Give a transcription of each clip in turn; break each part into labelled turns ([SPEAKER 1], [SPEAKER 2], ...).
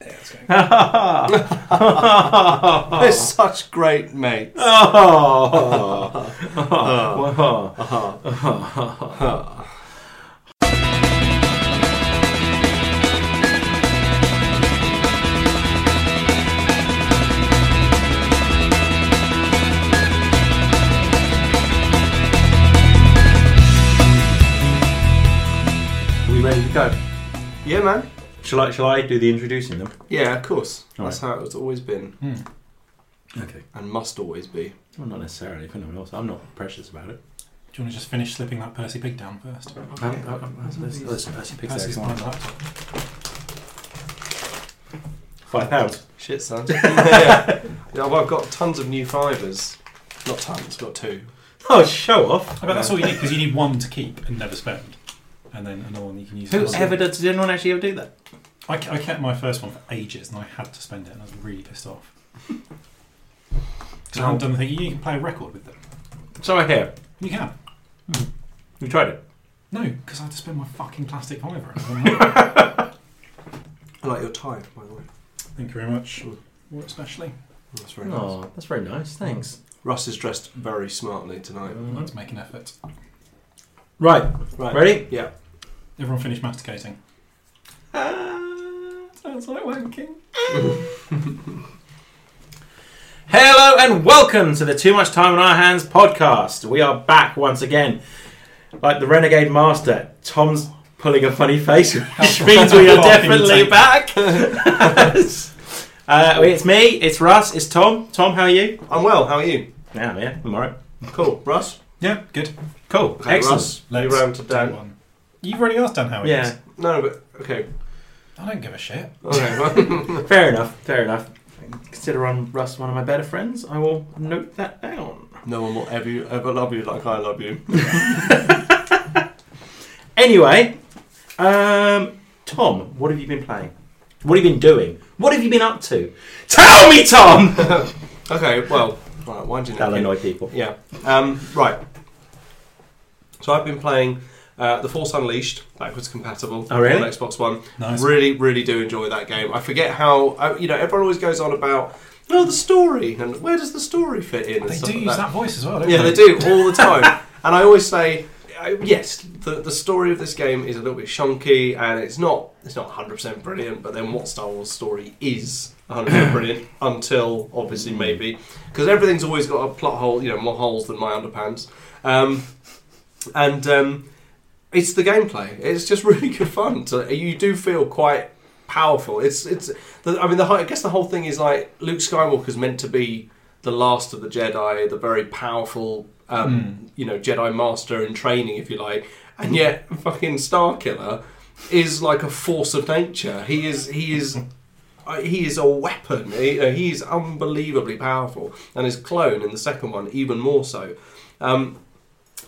[SPEAKER 1] disgusting.
[SPEAKER 2] They're such great mates. We ready to go? Yeah, man.
[SPEAKER 3] Shall I, shall I do the introducing them?
[SPEAKER 2] Yeah, of course.
[SPEAKER 3] All
[SPEAKER 2] That's how it's always been
[SPEAKER 1] Hmm.
[SPEAKER 3] Okay.
[SPEAKER 2] and must always be.
[SPEAKER 3] Well, not necessarily. if anyone else- I'm not precious about it.
[SPEAKER 1] Do you want to just finish slipping that Percy Pig down first?
[SPEAKER 3] Um, um, um, Let's let's- let's pick that.
[SPEAKER 1] Percy's
[SPEAKER 3] come on.
[SPEAKER 1] on the laptop.
[SPEAKER 3] Five pounds.
[SPEAKER 2] Shit, son. yeah. yeah, well, I've got tons of new fibres. Not tons, got two.
[SPEAKER 3] Oh, show off.
[SPEAKER 1] I bet that's all you need because you need one to keep and never spend, and then another one you can use.
[SPEAKER 3] Who
[SPEAKER 1] elsewhere.
[SPEAKER 3] ever does, does anyone actually ever do that?
[SPEAKER 1] I, ke- I kept my first one for ages and I had to spend it and I was really pissed off. Because I haven't done the thing. You can play a record with them.
[SPEAKER 3] So I hear.
[SPEAKER 1] You can.
[SPEAKER 3] You tried it.
[SPEAKER 1] No, because I had to spend my fucking plastic fiver.
[SPEAKER 2] I like your tie, by the way.
[SPEAKER 1] Thank you very much. More especially.
[SPEAKER 2] That's very nice.
[SPEAKER 3] Oh, that's very nice. Thanks.
[SPEAKER 2] Russ is dressed very smartly tonight.
[SPEAKER 1] Let's make an effort.
[SPEAKER 3] Right.
[SPEAKER 2] Right.
[SPEAKER 3] Ready?
[SPEAKER 2] Yeah.
[SPEAKER 1] Everyone finish masticating.
[SPEAKER 3] Ah.
[SPEAKER 1] Sounds like wanking.
[SPEAKER 3] Hello and welcome to the Too Much Time on Our Hands podcast. We are back once again. Like the Renegade Master, Tom's pulling a funny face, which means we are
[SPEAKER 1] Oh, can you
[SPEAKER 3] definitely
[SPEAKER 1] take-
[SPEAKER 3] back. uh, it's me, it's Russ, it's Tom. Tom, how are you?
[SPEAKER 2] I'm well, how are you?
[SPEAKER 3] Yeah, yeah, I'm alright.
[SPEAKER 2] Cool. Russ?
[SPEAKER 1] Yeah, good.
[SPEAKER 3] Cool,
[SPEAKER 2] Okay,
[SPEAKER 3] excellent.
[SPEAKER 2] Russ, you round to
[SPEAKER 1] do
[SPEAKER 2] Dan.
[SPEAKER 1] one. You've already asked Dan how it is.
[SPEAKER 3] Yeah,
[SPEAKER 2] No, but okay.
[SPEAKER 1] I don't give a shit.
[SPEAKER 2] Okay. well,
[SPEAKER 3] fair enough, fair enough. Consider I'm Russ one of my better friends. I will note that down.
[SPEAKER 2] no one will ever ever love you like I love you.
[SPEAKER 3] Anyway, um, Tom, what have you been playing? What have you been doing? What have you been up to? Tell me, Tom.
[SPEAKER 2] Okay. Well, right. Why do you
[SPEAKER 3] That'll
[SPEAKER 2] know?
[SPEAKER 3] annoy people.
[SPEAKER 2] Yeah. Um, right. So I've been playing uh, The Force Unleashed, backwards compatible
[SPEAKER 3] Oh, really?
[SPEAKER 2] on Xbox One.
[SPEAKER 1] Nice.
[SPEAKER 2] Really, really do enjoy that game. I forget how I, you know everyone always goes on about oh the story and where does the story fit in. And
[SPEAKER 1] They
[SPEAKER 2] stuff
[SPEAKER 1] do
[SPEAKER 2] like
[SPEAKER 1] use that. voice as well, don't
[SPEAKER 2] Yeah,
[SPEAKER 1] they?
[SPEAKER 2] they do all the time. and I always say, uh, yes, the, the story of this game is a little bit shonky and it's not it's not 100% brilliant, but then what Star Wars story is 100% brilliant until obviously maybe because everything's always got a plot hole, you know, more holes than my underpants. Um, and um, it's the gameplay. It's just really good fun. So you do feel quite powerful. It's it's. The, I mean, the, whole- I guess the whole thing is like Luke Skywalker's meant to be the last of the Jedi, the very powerful, um, you know, Jedi master in training, if you like, and yet fucking Star Killer is like a force of nature. He is he is. uh, He is a weapon. He, uh, he is unbelievably powerful, and his clone in the second one even more so. Um,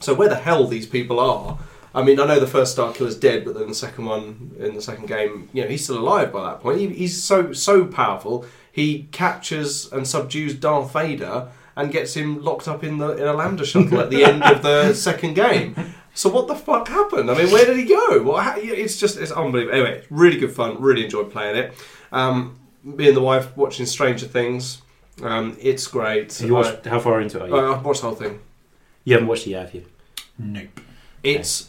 [SPEAKER 2] so where the hell these people are? I mean, I know the first Star Killer's dead, but then the second one in the second game, you know, he's still alive by that point. He, he's so so powerful. He captures and subdues Darth Vader and gets him locked up in the in a lambda shuttle at the end of the second game. So what the fuck happened? I mean, where did he go? Well, how, it's just it's unbelievable. Anyway, it's really good fun. Really enjoyed playing it. Um, me and the wife watching Stranger Things. Um, it's great.
[SPEAKER 3] So you watched, how far into it are
[SPEAKER 2] I,
[SPEAKER 3] you?
[SPEAKER 2] I watched the whole thing.
[SPEAKER 3] You haven't watched it yet, have you?
[SPEAKER 1] Nope.
[SPEAKER 2] It's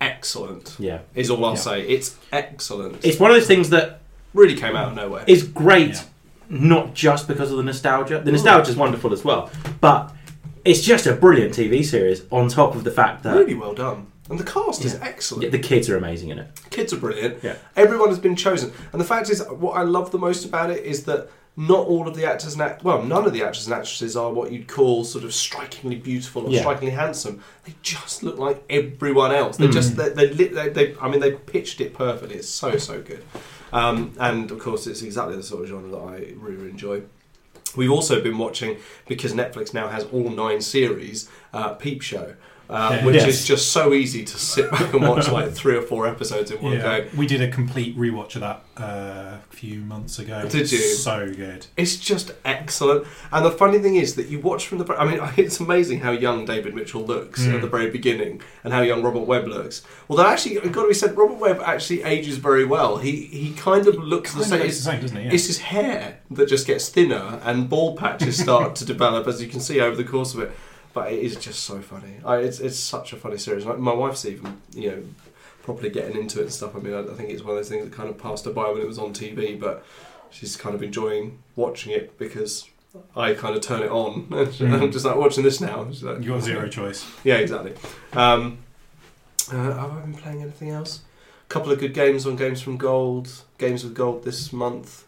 [SPEAKER 2] excellent.
[SPEAKER 3] Yeah.
[SPEAKER 2] Is all I'll
[SPEAKER 1] Yeah.
[SPEAKER 2] say. It's excellent. It
[SPEAKER 3] It's one of those things that
[SPEAKER 2] really came out of nowhere.
[SPEAKER 3] is great,
[SPEAKER 1] Yeah.
[SPEAKER 3] not just because of the nostalgia. The nostalgia is wonderful as well, but it's just a brilliant TV series. On top of the fact that
[SPEAKER 2] really well done. And the cast is
[SPEAKER 3] yeah,
[SPEAKER 2] excellent.
[SPEAKER 3] the kids are amazing in it.
[SPEAKER 2] Kids are brilliant.
[SPEAKER 3] Yeah.
[SPEAKER 2] Everyone has been chosen. And the fact is, what I love the most about it is that not all of the actors and act- well, none of the actors and actresses are what you'd call sort of strikingly beautiful or
[SPEAKER 3] Yeah.
[SPEAKER 2] strikingly handsome. They just look like everyone else. They just they, they, lit- they, they I mean they pitched it perfectly. It's so so good. Um, and of course, it's exactly the sort of genre that I really enjoy. We've also been watching because Netflix now has all nine series. Uh, Peep Show, uh,
[SPEAKER 1] Yeah.
[SPEAKER 2] which
[SPEAKER 1] Yes.
[SPEAKER 2] is just so easy to sit back and watch like three or four episodes in one go.
[SPEAKER 1] we did a complete rewatch of that uh, a few months ago.
[SPEAKER 2] Did you?
[SPEAKER 1] So good.
[SPEAKER 2] It's just excellent. And the funny thing is that you watch from the. I mean, it's amazing how young David Mitchell looks
[SPEAKER 1] Mm.
[SPEAKER 2] at the very beginning and how young Robert Webb looks. Although, actually, I've got to be said, Robert Webb actually ages very well. He he kind of looks
[SPEAKER 1] Kind
[SPEAKER 2] the
[SPEAKER 1] of
[SPEAKER 2] same.
[SPEAKER 1] looks
[SPEAKER 2] It's,
[SPEAKER 1] the same, doesn't it? Yeah.
[SPEAKER 2] it's his hair that just gets thinner and bald patches start to develop, as you can see over the course of it. But it is just so funny. I, it's, it's such a funny series. Like, my wife's even, you know, properly getting into it and stuff. I mean, I, I think it's one of those things that kind of passed her by when it was on TV, but she's kind of enjoying watching it because I kind of turn it on. And she- I'm just like watching this now. She's like, "Oh,
[SPEAKER 1] you got Mm. zero choice.
[SPEAKER 2] Yeah, exactly. Um, uh, have I been playing anything else? A couple of good games on Games from Gold, Games with Gold this month.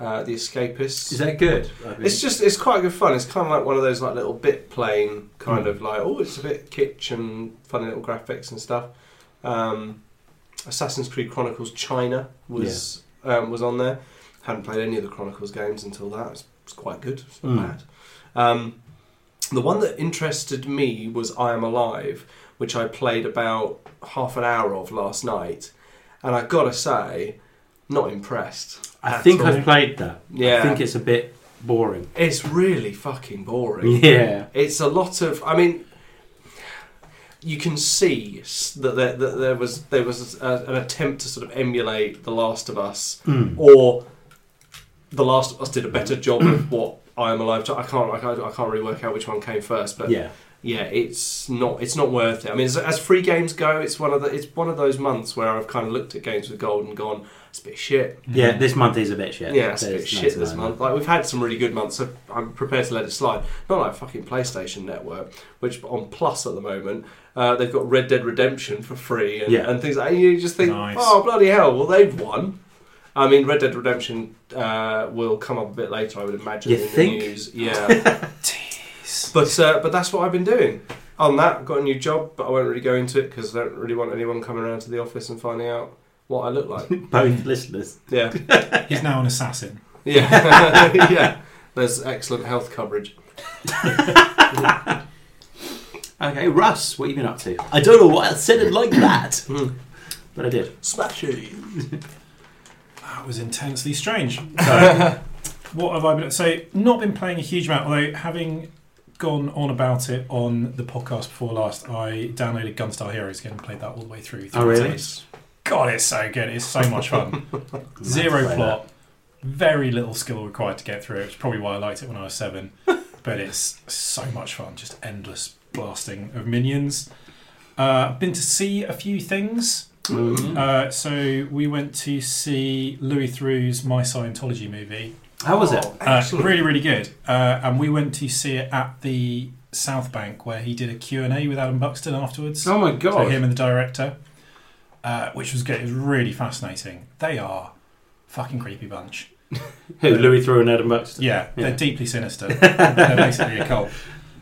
[SPEAKER 2] Uh, the Escapists.
[SPEAKER 3] Is that good? I mean,
[SPEAKER 2] It's just it's quite good fun. It's kind of like one of those like little bit plain kind
[SPEAKER 1] Mm.
[SPEAKER 3] Hmm.
[SPEAKER 2] of like oh it's a bit kitsch and funny little graphics and stuff. Um, Assassin's Creed Chronicles China was um, was on there. Hadn't played any of the Chronicles games until that. It's, it's quite good. It's not
[SPEAKER 3] Mm.
[SPEAKER 2] bad. Um, the one that interested me was I Am Alive, which I played about half an hour of last night, and I gotta say, not impressed.
[SPEAKER 3] I
[SPEAKER 2] at
[SPEAKER 3] think
[SPEAKER 2] all.
[SPEAKER 3] I've played that.
[SPEAKER 2] Yeah.
[SPEAKER 3] I think it's a bit boring.
[SPEAKER 2] It's really fucking boring.
[SPEAKER 3] Yeah.
[SPEAKER 2] It's a lot of. I mean, you can see s- that there, that there was there was a, an attempt to sort of emulate The Last of Us,
[SPEAKER 3] Mm.
[SPEAKER 2] or The Last of Us did a better job of what I Am Alive. I can't I can't, I can't really work out which one came first, but yeah,
[SPEAKER 3] Yeah.
[SPEAKER 2] it's not it's not worth it. I mean, as, as free games go, it's one of the it's one of those months where I've kind of looked at games with gold and gone, it's a bit shit.
[SPEAKER 3] Yeah,
[SPEAKER 1] Mm-hmm.
[SPEAKER 3] this month is a bit shit.
[SPEAKER 2] Yeah, it's a bit
[SPEAKER 3] There's
[SPEAKER 2] shit
[SPEAKER 3] no
[SPEAKER 2] this
[SPEAKER 3] denying
[SPEAKER 2] month. Like we've had some really good months, so I'm prepared to let it slide. Not like fucking PlayStation Network, which on Plus at the moment uh, they've got Red Dead Redemption for free and,
[SPEAKER 3] Yeah.
[SPEAKER 2] and things. like And you just think,
[SPEAKER 1] Nice.
[SPEAKER 2] oh bloody hell! Well, they've won. I mean, Red Dead Redemption uh, will come up a bit later, I would imagine.
[SPEAKER 3] You
[SPEAKER 2] in
[SPEAKER 3] think?
[SPEAKER 2] The news. Yeah, but uh, but that's what I've been doing. On that, got a new job, but I won't really go into it because I don't really want anyone coming around to the office and finding out what I look like.
[SPEAKER 3] that. Both listeners.
[SPEAKER 2] Yeah.
[SPEAKER 1] He's now an assassin.
[SPEAKER 2] Yeah, yeah. There's excellent health coverage.
[SPEAKER 3] Okay, Russ, what have you been up to? Hmm. I don't know why I said it like that, but I did.
[SPEAKER 2] Smashy.
[SPEAKER 1] That was intensely strange.
[SPEAKER 3] So,
[SPEAKER 1] What have I been? So not been playing a huge amount, although having gone on about it on the podcast before last, I downloaded Gunstar Heroes again and played that all the way through.
[SPEAKER 3] oh, really?
[SPEAKER 1] It's- God, it's so good. It's so much fun. Zero
[SPEAKER 3] Play
[SPEAKER 1] plot, very little skill required to get through it. It's probably why I liked it when I was seven. but it's so much fun. Just endless blasting of minions. Uh, I've been to see a few things.
[SPEAKER 3] Mm.
[SPEAKER 1] Uh, so we went to see Louis Theroux's My Scientology movie.
[SPEAKER 3] How was it?
[SPEAKER 1] Uh, really, really good. Uh, and we went to see it at the South Bank where he did a Q&A with Adam Buxton afterwards.
[SPEAKER 3] Oh my
[SPEAKER 1] So him and the director, uh, which was good. It was really fascinating. They are fucking creepy bunch.
[SPEAKER 3] Who? Louis threw an Adam Buxton.
[SPEAKER 1] Yeah,
[SPEAKER 3] Yeah.
[SPEAKER 1] they're deeply sinister. they're basically a cult.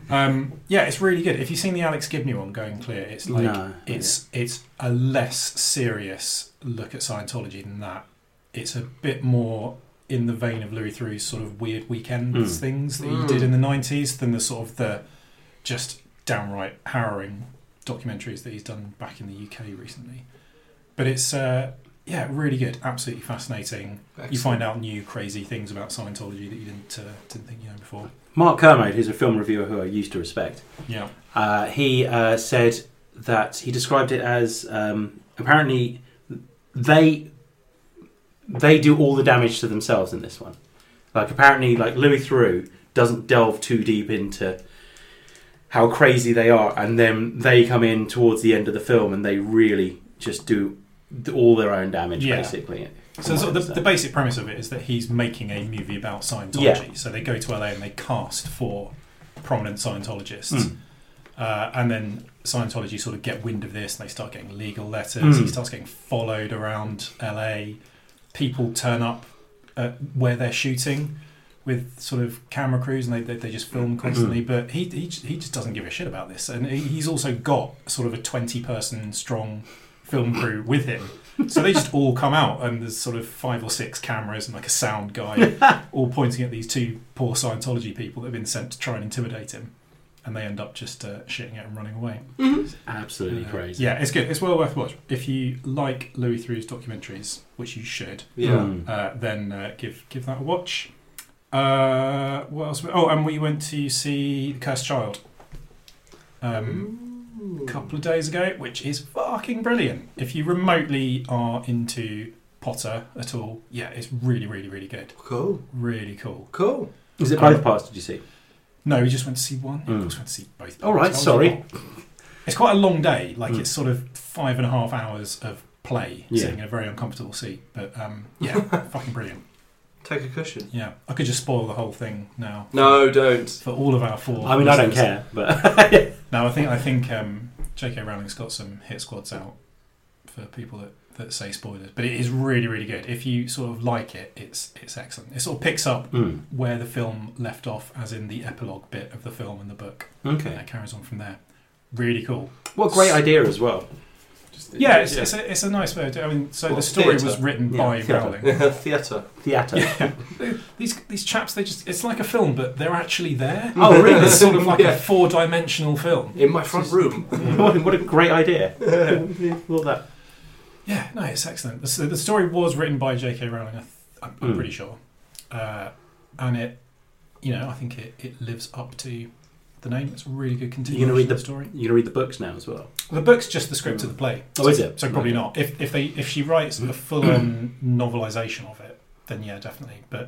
[SPEAKER 1] Um, yeah, it's really good. If you've seen the Alex Gibney one, Going Clear, it's like
[SPEAKER 3] no.
[SPEAKER 1] it's it's a less serious look at Scientology than that. It's a bit more in the vein of Louis Theroux's sort of weird weekends
[SPEAKER 3] Mm.
[SPEAKER 1] things that
[SPEAKER 2] Mm.
[SPEAKER 1] he did in the nineties than the sort of the just downright harrowing documentaries that he's done back in the UK recently. But it's uh, yeah, really good, absolutely fascinating. You find out new crazy things about Scientology that you didn't uh, didn't think you know before.
[SPEAKER 3] Mark Kermode, who's a film reviewer who I used to respect,
[SPEAKER 1] Yeah,
[SPEAKER 3] uh, he uh, said that he described it as um, apparently they they do all the damage to themselves in this one. Like apparently, like Louis Theroux doesn't delve too deep into how crazy they are, and then they come in towards the end of the film and they really just do th- all their own damage,
[SPEAKER 1] Yeah. Hmm.
[SPEAKER 3] basically.
[SPEAKER 1] So sort of the, the basic premise of it is that he's making a movie about Scientology.
[SPEAKER 3] Yeah.
[SPEAKER 1] So they go to LA and they cast for prominent Scientologists.
[SPEAKER 3] Mm.
[SPEAKER 1] Uh, and then Scientology sort of get wind of this and they start getting legal letters.
[SPEAKER 3] Mm.
[SPEAKER 1] He starts getting followed around LA. People turn up uh, where they're shooting with sort of camera crews and they, they, they just film constantly. But he, he, j- he just doesn't give a shit about this. And he- he's also got sort of a 20 person strong film crew with him. So they just all come out and there's sort of five or six cameras and like a sound guy all pointing at these two poor Scientology people that have been sent to try and intimidate him. and they end up just uh, shitting it and running away.
[SPEAKER 3] Absolutely
[SPEAKER 1] Uh,
[SPEAKER 3] crazy.
[SPEAKER 1] Yeah, it's good. It's well worth a watch. If you like Louis Theroux's documentaries, which you should,
[SPEAKER 2] Yeah.
[SPEAKER 3] Mm.
[SPEAKER 1] uh, then uh, give give that a watch. Uh, what else? Oh, and we went to see The Cursed Child.
[SPEAKER 3] Mm.
[SPEAKER 1] Um,
[SPEAKER 2] Um,
[SPEAKER 1] a couple of days ago, which is fucking brilliant. If you remotely are into Potter at all, yeah, it's really, really, really good.
[SPEAKER 2] Cool.
[SPEAKER 1] Really cool.
[SPEAKER 2] Cool.
[SPEAKER 3] Is it both parts? Did you see?
[SPEAKER 1] No, we just went to see one.
[SPEAKER 3] Mm.
[SPEAKER 1] We just went to see both.
[SPEAKER 3] All right,
[SPEAKER 1] parts.
[SPEAKER 3] sorry.
[SPEAKER 1] It's quite a long day. Like
[SPEAKER 3] Mm.
[SPEAKER 1] it's sort of five and a half hours of play
[SPEAKER 3] Yeah.
[SPEAKER 1] sitting in a very uncomfortable seat. But um, yeah, fucking brilliant.
[SPEAKER 2] Take a cushion.
[SPEAKER 1] Yeah, I could just spoil the whole thing now.
[SPEAKER 2] No, don't.
[SPEAKER 1] For all of our four.
[SPEAKER 3] I mean, I don't
[SPEAKER 1] listeners.
[SPEAKER 3] care, but
[SPEAKER 1] No, I think I think um, J.K. Rowling's got some hit squads out for people that, that say spoilers, but it is really really good. If you sort of like it, it's it's excellent. It sort of picks up
[SPEAKER 3] Mm.
[SPEAKER 1] where the film left off, as in the epilogue bit of the film and the book, and
[SPEAKER 3] okay.
[SPEAKER 1] it carries on from there. Really cool.
[SPEAKER 3] What a great idea as well.
[SPEAKER 2] Just-
[SPEAKER 1] Yeah, it's, It's, a, it's a nice way of doing. I mean, so
[SPEAKER 2] Well,
[SPEAKER 1] the story
[SPEAKER 2] theatre.
[SPEAKER 1] was written
[SPEAKER 3] Yeah,
[SPEAKER 1] by
[SPEAKER 3] theatre.
[SPEAKER 1] Rowling.
[SPEAKER 2] theatre.
[SPEAKER 3] Theatre.
[SPEAKER 1] Yeah, these these chaps, they just it's like a film, but they're actually there.
[SPEAKER 3] Oh, really?
[SPEAKER 1] It's sort of like
[SPEAKER 2] Yeah.
[SPEAKER 1] a four dimensional film.
[SPEAKER 2] In my front room.
[SPEAKER 3] What, what a great idea. Love that.
[SPEAKER 1] Yeah, no, it's excellent. The, the story was written by J.K. Rowling, I th- I'm, I'm
[SPEAKER 3] Mm.
[SPEAKER 1] pretty sure, uh, and it, you know, I think it, it lives up to the name. It's a really good continuation
[SPEAKER 3] read
[SPEAKER 1] of the
[SPEAKER 3] the-
[SPEAKER 1] story.
[SPEAKER 3] You're going to read the books now as well.
[SPEAKER 1] The book's just the script of the play.
[SPEAKER 3] Oh,
[SPEAKER 1] so,
[SPEAKER 3] is it?
[SPEAKER 1] So probably not. If if they if she writes a full-on novelization of it, then yeah, definitely. But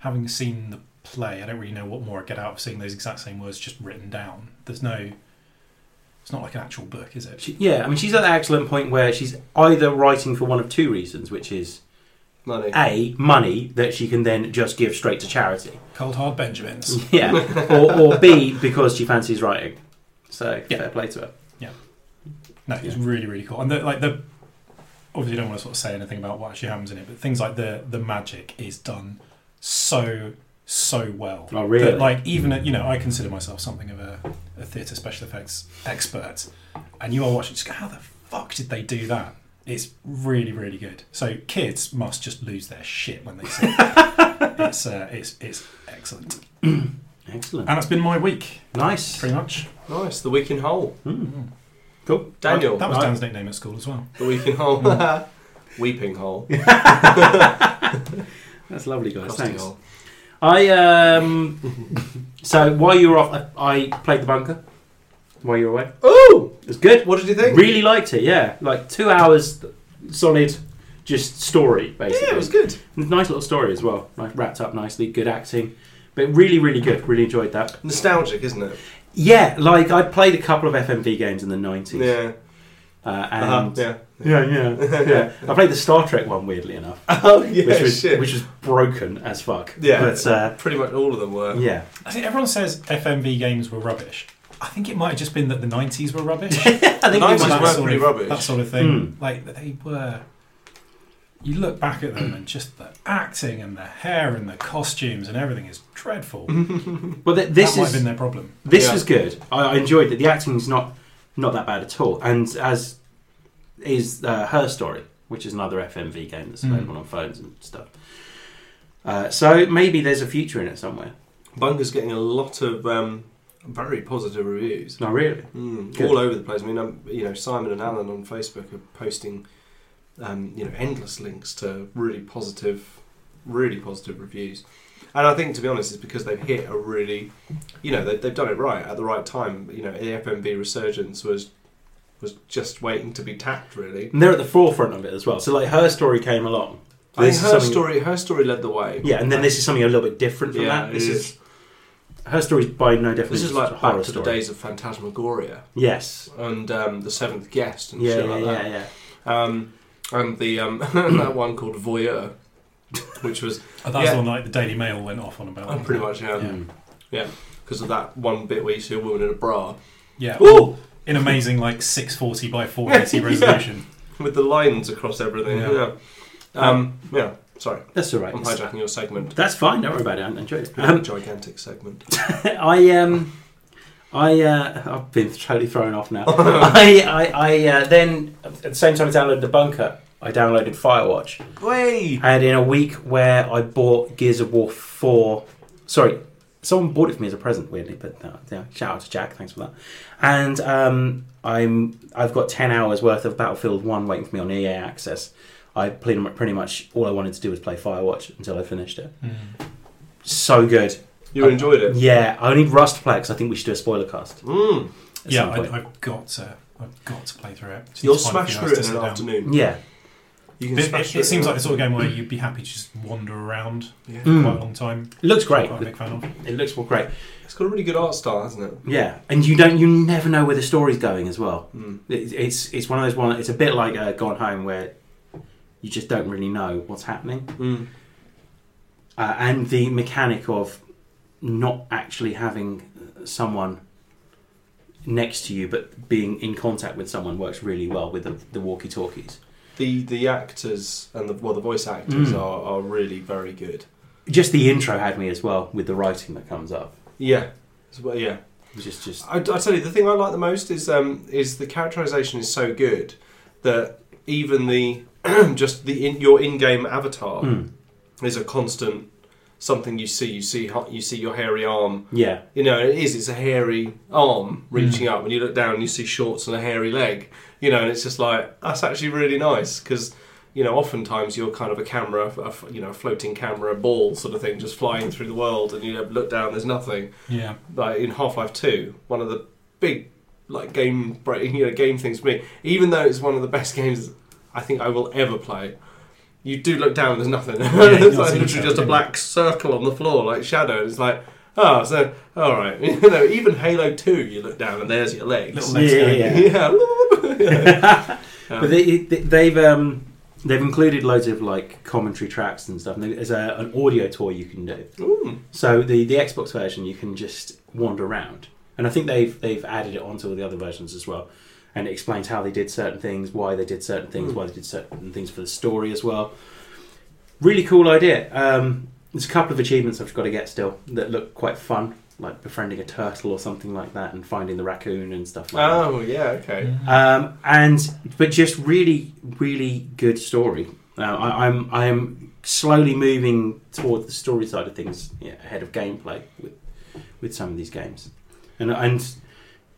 [SPEAKER 1] having seen the play, I don't really know what more I get out of seeing those exact same words just written down. There's no. It's not like an actual book, is it?
[SPEAKER 3] She, yeah, I mean, she's at that excellent point where she's either writing for one of two reasons, which is
[SPEAKER 2] Money.
[SPEAKER 3] A, money that she can then just give straight to charity.
[SPEAKER 1] Cold Hard Benjamins.
[SPEAKER 3] Yeah. or, or B, because she fancies writing. So
[SPEAKER 1] Yeah.
[SPEAKER 3] fair play to her.
[SPEAKER 1] No, it's really really cool. And the, like the obviously don't want to sort of say anything about what actually happens in it, but things like the the magic is done so so well.
[SPEAKER 3] Oh, really?
[SPEAKER 1] That, like even at, you know I consider myself something of a, a theatre special effects expert, and you are watching just go how the fuck did they do that? It's really really good. So kids must just lose their shit when they see it. it's uh, it's it's excellent,
[SPEAKER 3] Excellent.
[SPEAKER 1] and that's been my week
[SPEAKER 3] Nice.
[SPEAKER 1] pretty much.
[SPEAKER 2] Nice. The Week in Hole.
[SPEAKER 3] Mm.
[SPEAKER 2] Daniel.
[SPEAKER 1] that was
[SPEAKER 2] right?
[SPEAKER 1] Dan's nickname at school as well.
[SPEAKER 2] The Week in Hole.
[SPEAKER 3] Mm.
[SPEAKER 2] Weeping Hole.
[SPEAKER 3] That's lovely, guys.
[SPEAKER 2] Crusty
[SPEAKER 3] Thanks.
[SPEAKER 2] Hole.
[SPEAKER 3] I um. so while you were off, I, I played the bunker. While you were away,
[SPEAKER 2] Ooh!
[SPEAKER 3] it was good.
[SPEAKER 2] What did you think?
[SPEAKER 3] Really liked it. Yeah, like two hours solid, just story basically.
[SPEAKER 2] Yeah, it was good.
[SPEAKER 3] nice little story as well. Like wrapped up nicely. Good acting, but really, really good. Really enjoyed that.
[SPEAKER 2] Nostalgic, isn't it?
[SPEAKER 3] Yeah, like I played a couple of FMV games in the nineties.
[SPEAKER 2] Yeah.
[SPEAKER 3] Uh, and
[SPEAKER 2] Uh-huh. Yeah.
[SPEAKER 3] Yeah, yeah, yeah. I played the Star Trek one, weirdly enough,
[SPEAKER 2] Oh, yeah,
[SPEAKER 3] which was
[SPEAKER 2] shit.
[SPEAKER 3] which was broken as fuck.
[SPEAKER 2] Yeah.
[SPEAKER 3] but uh,
[SPEAKER 2] Pretty much all of them were.
[SPEAKER 3] yeah,
[SPEAKER 1] I think everyone says FMV games were rubbish. I think it might have just been that the 90s were rubbish.
[SPEAKER 3] I
[SPEAKER 2] The 90s
[SPEAKER 1] That
[SPEAKER 2] were
[SPEAKER 1] sort
[SPEAKER 2] pretty
[SPEAKER 1] of-
[SPEAKER 2] rubbish.
[SPEAKER 1] That sort of thing. Like, they were. You look back at them and just the acting and the hair and the costumes and everything is dreadful.
[SPEAKER 3] Well, th- this
[SPEAKER 1] that might
[SPEAKER 3] is
[SPEAKER 1] have been their problem.
[SPEAKER 3] this
[SPEAKER 2] Yeah.
[SPEAKER 3] was good. I, I enjoyed it. The acting's not not that bad at all, and as is uh, her story, which is another FMV game that's
[SPEAKER 2] Hmm.
[SPEAKER 1] Mm.
[SPEAKER 3] available on phones and stuff. Uh, so maybe there's a future in it somewhere.
[SPEAKER 2] Bunker's getting a lot of um, very positive reviews.
[SPEAKER 3] Not really.
[SPEAKER 2] Mm,
[SPEAKER 3] Good.
[SPEAKER 2] all over the place. I mean, um, you know, Simon and Alan on Facebook are posting, um, you know, endless links to really positive, really positive reviews. And I think, to be honest, it's because they've hit a really, you know, they, they've done it right at the right time. You know, the FMV resurgence was was just waiting to be tapped, really.
[SPEAKER 3] And they're at the forefront of it as well. So like her story came along. So
[SPEAKER 2] I
[SPEAKER 3] this
[SPEAKER 2] think
[SPEAKER 3] is
[SPEAKER 2] her
[SPEAKER 3] something-
[SPEAKER 2] story, her story led the way.
[SPEAKER 3] Yeah, and then this is something a little bit different from
[SPEAKER 2] Yeah,
[SPEAKER 3] that.
[SPEAKER 2] it
[SPEAKER 3] This
[SPEAKER 2] is.
[SPEAKER 3] is her story's by no definition.
[SPEAKER 2] This is
[SPEAKER 3] a
[SPEAKER 2] like
[SPEAKER 3] horror
[SPEAKER 2] back to the
[SPEAKER 3] story.
[SPEAKER 2] days of Phantasmagoria
[SPEAKER 3] Yes.
[SPEAKER 2] and um, the Seventh Guest and
[SPEAKER 3] Yeah,
[SPEAKER 2] shit
[SPEAKER 3] yeah,
[SPEAKER 2] like that.
[SPEAKER 3] yeah, yeah.
[SPEAKER 2] um, and the um, that one called Voyeur, which was
[SPEAKER 1] Oh, that's
[SPEAKER 2] Yeah.
[SPEAKER 1] the one like the Daily Mail went off on about.
[SPEAKER 2] uh, pretty much yeah
[SPEAKER 3] Mm.
[SPEAKER 2] because of that one bit where you see a woman in a bra
[SPEAKER 1] Yeah.
[SPEAKER 2] Ooh!
[SPEAKER 1] In amazing, like, 640 by 480
[SPEAKER 2] Yeah.
[SPEAKER 1] resolution.
[SPEAKER 2] with the lines across everything.
[SPEAKER 1] Yeah.
[SPEAKER 2] Yeah, um, yeah. Sorry,
[SPEAKER 3] That's all right.
[SPEAKER 2] I'm hijacking your segment.
[SPEAKER 3] That's fine. Don't worry about it. I enjoyed it. Um,
[SPEAKER 2] gigantic segment.
[SPEAKER 3] I um, I uh, I've been totally thrown off now. I I, I uh, then at the same time I downloaded the bunker. I downloaded Firewatch.
[SPEAKER 2] Way
[SPEAKER 3] I had in a week where I bought Gears of War four. Sorry, someone bought it for me as a present, weirdly. But uh, yeah, shout out to Jack, thanks for that. And um, I'm I've got ten hours worth of Battlefield One waiting for me on EA Access. I pretty mu- pretty much all I wanted to do was play Firewatch until I finished it. So good.
[SPEAKER 2] You enjoyed it.
[SPEAKER 3] Yeah, I need Rust to play because I think we should do a spoiler cast.
[SPEAKER 2] Mm.
[SPEAKER 3] at
[SPEAKER 1] yeah,
[SPEAKER 3] some point.
[SPEAKER 1] I, I've got to. I've got to play through it. Just
[SPEAKER 2] You'll
[SPEAKER 1] need to find a
[SPEAKER 2] smash
[SPEAKER 1] few
[SPEAKER 2] through
[SPEAKER 1] hours
[SPEAKER 2] it
[SPEAKER 1] to
[SPEAKER 2] in an
[SPEAKER 1] sit down.
[SPEAKER 2] afternoon.
[SPEAKER 3] yeah,
[SPEAKER 2] You
[SPEAKER 1] But
[SPEAKER 2] can
[SPEAKER 1] It,
[SPEAKER 2] smash
[SPEAKER 1] it,
[SPEAKER 2] through
[SPEAKER 1] it seems
[SPEAKER 2] in
[SPEAKER 1] like the sort of game where you'd be happy to just wander around
[SPEAKER 2] an hour.
[SPEAKER 1] for
[SPEAKER 2] Yeah.
[SPEAKER 3] Mm.
[SPEAKER 1] quite a long time.
[SPEAKER 3] it looks great.
[SPEAKER 1] Quite a big fan of.
[SPEAKER 3] It looks great.
[SPEAKER 2] It's got a really good art style, hasn't it?
[SPEAKER 3] Yeah, and you don't you never know where the story's going as well.
[SPEAKER 2] Mm.
[SPEAKER 3] It, it's it's one of those one. It's a bit like uh, Gone Home where you just don't really know what's happening,
[SPEAKER 2] Mm.
[SPEAKER 3] uh, and the mechanic of not actually having someone next to you but being in contact with someone works really well with the, the walkie-talkies.
[SPEAKER 2] The the actors and the well the voice actors
[SPEAKER 3] Mm.
[SPEAKER 2] are, are really very good.
[SPEAKER 3] Just the intro had me as well with the writing that comes up.
[SPEAKER 2] Yeah. It's- well, yeah.
[SPEAKER 3] It was Just just
[SPEAKER 2] I, I tell you, the thing I like the most is um, is the characterization is so good that even the just the in, your in-game avatar
[SPEAKER 3] mm,
[SPEAKER 2] is a constant something you see. You see ho- you see your hairy arm.
[SPEAKER 3] yeah,
[SPEAKER 2] You know it is. It's a hairy arm reaching up, and you look down and you see shorts and a hairy leg. You know, and it's just like that's actually really nice because. You know, oftentimes you're kind of a camera, a f you know, floating camera ball sort of thing, just flying through the world, and you look down, there's nothing
[SPEAKER 1] Yeah,
[SPEAKER 2] like in Half Life Two, one of the big like game break- you know game things for me. Even though it's one of the best games I think I will ever play, you do look down. There's nothing.
[SPEAKER 1] it's
[SPEAKER 2] it's
[SPEAKER 1] not
[SPEAKER 2] like
[SPEAKER 1] seen
[SPEAKER 2] literally
[SPEAKER 1] that,
[SPEAKER 2] just a
[SPEAKER 1] yeah.
[SPEAKER 2] black circle on the floor, like shadow. It's like oh, so all right. You know, even Halo Two, you look down and there's your legs.
[SPEAKER 1] Little
[SPEAKER 3] yeah,
[SPEAKER 1] legs
[SPEAKER 3] yeah,
[SPEAKER 1] going.
[SPEAKER 3] yeah.
[SPEAKER 2] yeah.
[SPEAKER 3] But they, they, they've um, they've included loads of like commentary tracks and stuff. And there's a, an audio tour you can do.
[SPEAKER 2] Ooh.
[SPEAKER 3] So the the Xbox version, you can just wander around, and I think they've they've added it onto all the other versions as well, and it explains how they did certain things, why they did certain things,
[SPEAKER 2] Mm.
[SPEAKER 3] why they did certain things for the story as well. Really cool idea. Um, there's a couple of achievements I've got to get still that look quite fun, like befriending a turtle or something like that, and finding the raccoon and stuff like that.
[SPEAKER 2] Oh yeah. Okay.
[SPEAKER 3] Um, and but just really, really good story. Uh, I, I'm I'm slowly moving toward the story side of things yeah, ahead of gameplay with with some of these games, and and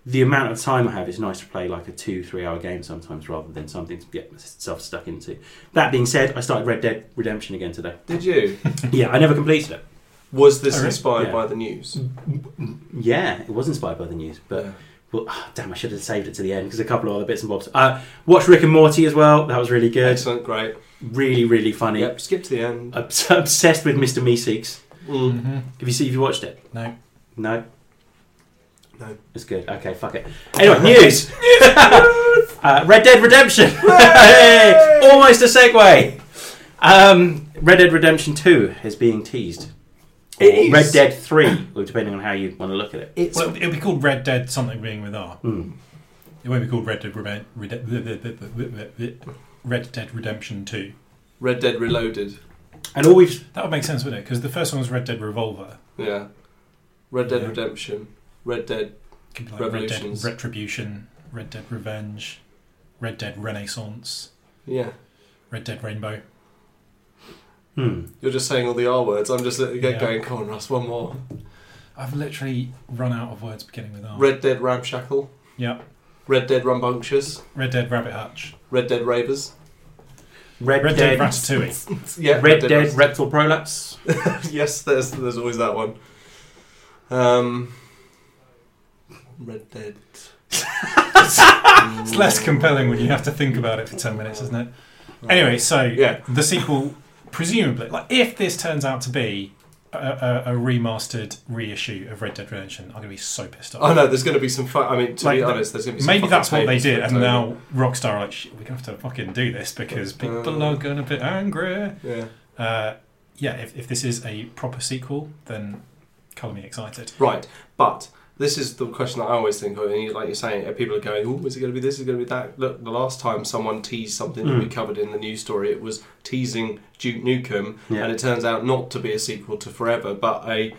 [SPEAKER 3] the amount of time I have is nice to play like a two three hour game sometimes rather than something to get myself stuck into. That being said, I started Red Dead Redemption again today.
[SPEAKER 2] Did you?
[SPEAKER 3] yeah, I never completed it.
[SPEAKER 2] Was this
[SPEAKER 1] Oh, really?
[SPEAKER 2] inspired
[SPEAKER 3] Yeah.
[SPEAKER 2] by the news?
[SPEAKER 3] Yeah, it was inspired by the news, but
[SPEAKER 2] Yeah.
[SPEAKER 3] Well, ah, damn, I should have saved it to the end because a couple of other bits and bobs. Uh, watch Rick and Morty as well. That was really good.
[SPEAKER 2] Excellent. Great.
[SPEAKER 3] Really, really funny.
[SPEAKER 2] Yep. Skip to the end.
[SPEAKER 3] Obs- obsessed with Mr. Meeseeks.
[SPEAKER 2] Mm.
[SPEAKER 1] hmm
[SPEAKER 3] Have you seen? Have you watched it?
[SPEAKER 1] No.
[SPEAKER 3] No.
[SPEAKER 2] No.
[SPEAKER 3] It's good. Okay, fuck it. Anyway, news. uh, Red Dead Redemption.
[SPEAKER 2] Yay!
[SPEAKER 3] Almost a segue. Um, Red Dead Redemption Two is being teased.
[SPEAKER 2] It
[SPEAKER 3] Or
[SPEAKER 2] is.
[SPEAKER 3] Red Dead Three, or depending on how you want to look at it.
[SPEAKER 2] It's
[SPEAKER 1] Well, it'll be called Red Dead something being with R.
[SPEAKER 3] Hmm.
[SPEAKER 1] It won't be called Red Dead, Reden- Rede- bleh, bleh, bleh, bleh, bleh, bleh, bleh. Red Dead Redemption 2.
[SPEAKER 2] Red Dead Reloaded.
[SPEAKER 3] And all we've
[SPEAKER 1] That would make sense, wouldn't it? Because the first one was Red Dead Revolver.
[SPEAKER 2] Yeah. Red Dead
[SPEAKER 1] Yeah.
[SPEAKER 2] Redemption. Red Dead.
[SPEAKER 1] Could be like Red Dead
[SPEAKER 2] Revolutions.
[SPEAKER 1] Retribution, Red Dead Revenge, Red Dead Renaissance,
[SPEAKER 2] Yeah.
[SPEAKER 1] Red Dead Rainbow.
[SPEAKER 3] hmm.
[SPEAKER 2] You're just saying all the R words. I'm just uh,
[SPEAKER 1] Yeah.
[SPEAKER 2] going, come on, Russ, one more.
[SPEAKER 1] I've literally run out of words beginning with R.
[SPEAKER 2] Red Dead Ramshackle.
[SPEAKER 1] Yep.
[SPEAKER 2] Red Dead Rambunctious.
[SPEAKER 1] Red Dead Rabbit Hutch.
[SPEAKER 2] Red Dead Ravers.
[SPEAKER 3] Red,
[SPEAKER 1] Red
[SPEAKER 3] Dead,
[SPEAKER 1] Dead Ratatouille.
[SPEAKER 2] yeah.
[SPEAKER 3] Red, Dead, Rectal Prolapse.
[SPEAKER 2] Ras- yes, there's there's always that one. Um. Red Dead.
[SPEAKER 1] It's less compelling when you have to think about it for 10 minutes, isn't it? Anyway, so
[SPEAKER 2] Yeah.
[SPEAKER 1] the sequel, presumably, like if this turns out to be a, a, a remastered reissue of Red Dead Redemption, I'm going to be so pissed off.
[SPEAKER 2] Oh no, there's going to be some. Fu- I mean, to
[SPEAKER 1] Like,
[SPEAKER 2] be
[SPEAKER 1] the-
[SPEAKER 2] honest, there's going to be some.
[SPEAKER 1] Maybe
[SPEAKER 2] fucking
[SPEAKER 1] that's what they
[SPEAKER 2] papers
[SPEAKER 1] did,
[SPEAKER 2] flipped
[SPEAKER 1] and
[SPEAKER 2] over.
[SPEAKER 1] now Rockstar are like, shit, we're going to have to fucking do this because people
[SPEAKER 2] Uh.
[SPEAKER 1] are going to be angry.
[SPEAKER 2] Yeah.
[SPEAKER 1] Uh, yeah, if, if this is a proper sequel, then colour me excited.
[SPEAKER 2] Right, but this is the question that I always think of, and you- like you're saying, uh, people are going, "Oh, is it going to be this? Is it going to be that?" Look, the last time someone teased something that we
[SPEAKER 3] Mm.
[SPEAKER 2] covered in the news story, it was teasing Duke Nukem,
[SPEAKER 3] Yeah.
[SPEAKER 2] and it turns out not to be a sequel to Forever, but a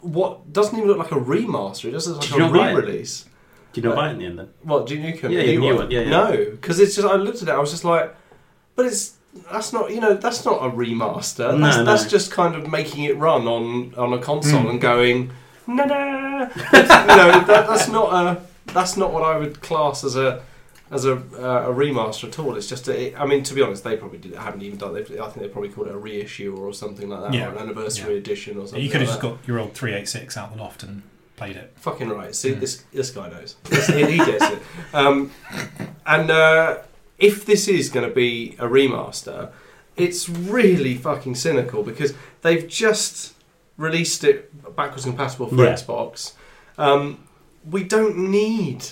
[SPEAKER 2] what doesn't even look like a remaster. It just looks
[SPEAKER 3] Did you
[SPEAKER 2] like a
[SPEAKER 3] not buy it?
[SPEAKER 2] re-release.
[SPEAKER 3] Did you not buy it in the end then?
[SPEAKER 2] What Duke Nukem?
[SPEAKER 3] Yeah,
[SPEAKER 2] the
[SPEAKER 3] yeah, new one, yeah, yeah.
[SPEAKER 2] No, because it's just I looked at it, I was just like, but it's. That's not, you know, that's not a remaster.
[SPEAKER 3] No,
[SPEAKER 2] that's,
[SPEAKER 3] no. Hmm.
[SPEAKER 2] that's just kind of making it run on on a console
[SPEAKER 1] Mm.
[SPEAKER 2] and going,
[SPEAKER 3] na na.
[SPEAKER 2] no, that, that's not a that's not what I would class as a as a uh, a remaster at all. It's just a, I mean, to be honest, they probably did, haven't even done. They've, I think they probably called it a reissue or something like that,
[SPEAKER 1] Yeah.
[SPEAKER 2] or an anniversary
[SPEAKER 1] Yeah.
[SPEAKER 2] edition or something.
[SPEAKER 1] You could have
[SPEAKER 2] like
[SPEAKER 1] just got your old 386 out the loft and played it.
[SPEAKER 2] that. fucking right. See,
[SPEAKER 1] Mm.
[SPEAKER 2] this this guy knows. This, he, he gets it. Um, and uh, if this is going to be a remaster, it's really fucking cynical because they've just released it backwards compatible for
[SPEAKER 3] Yeah.
[SPEAKER 2] Xbox. Um, we don't need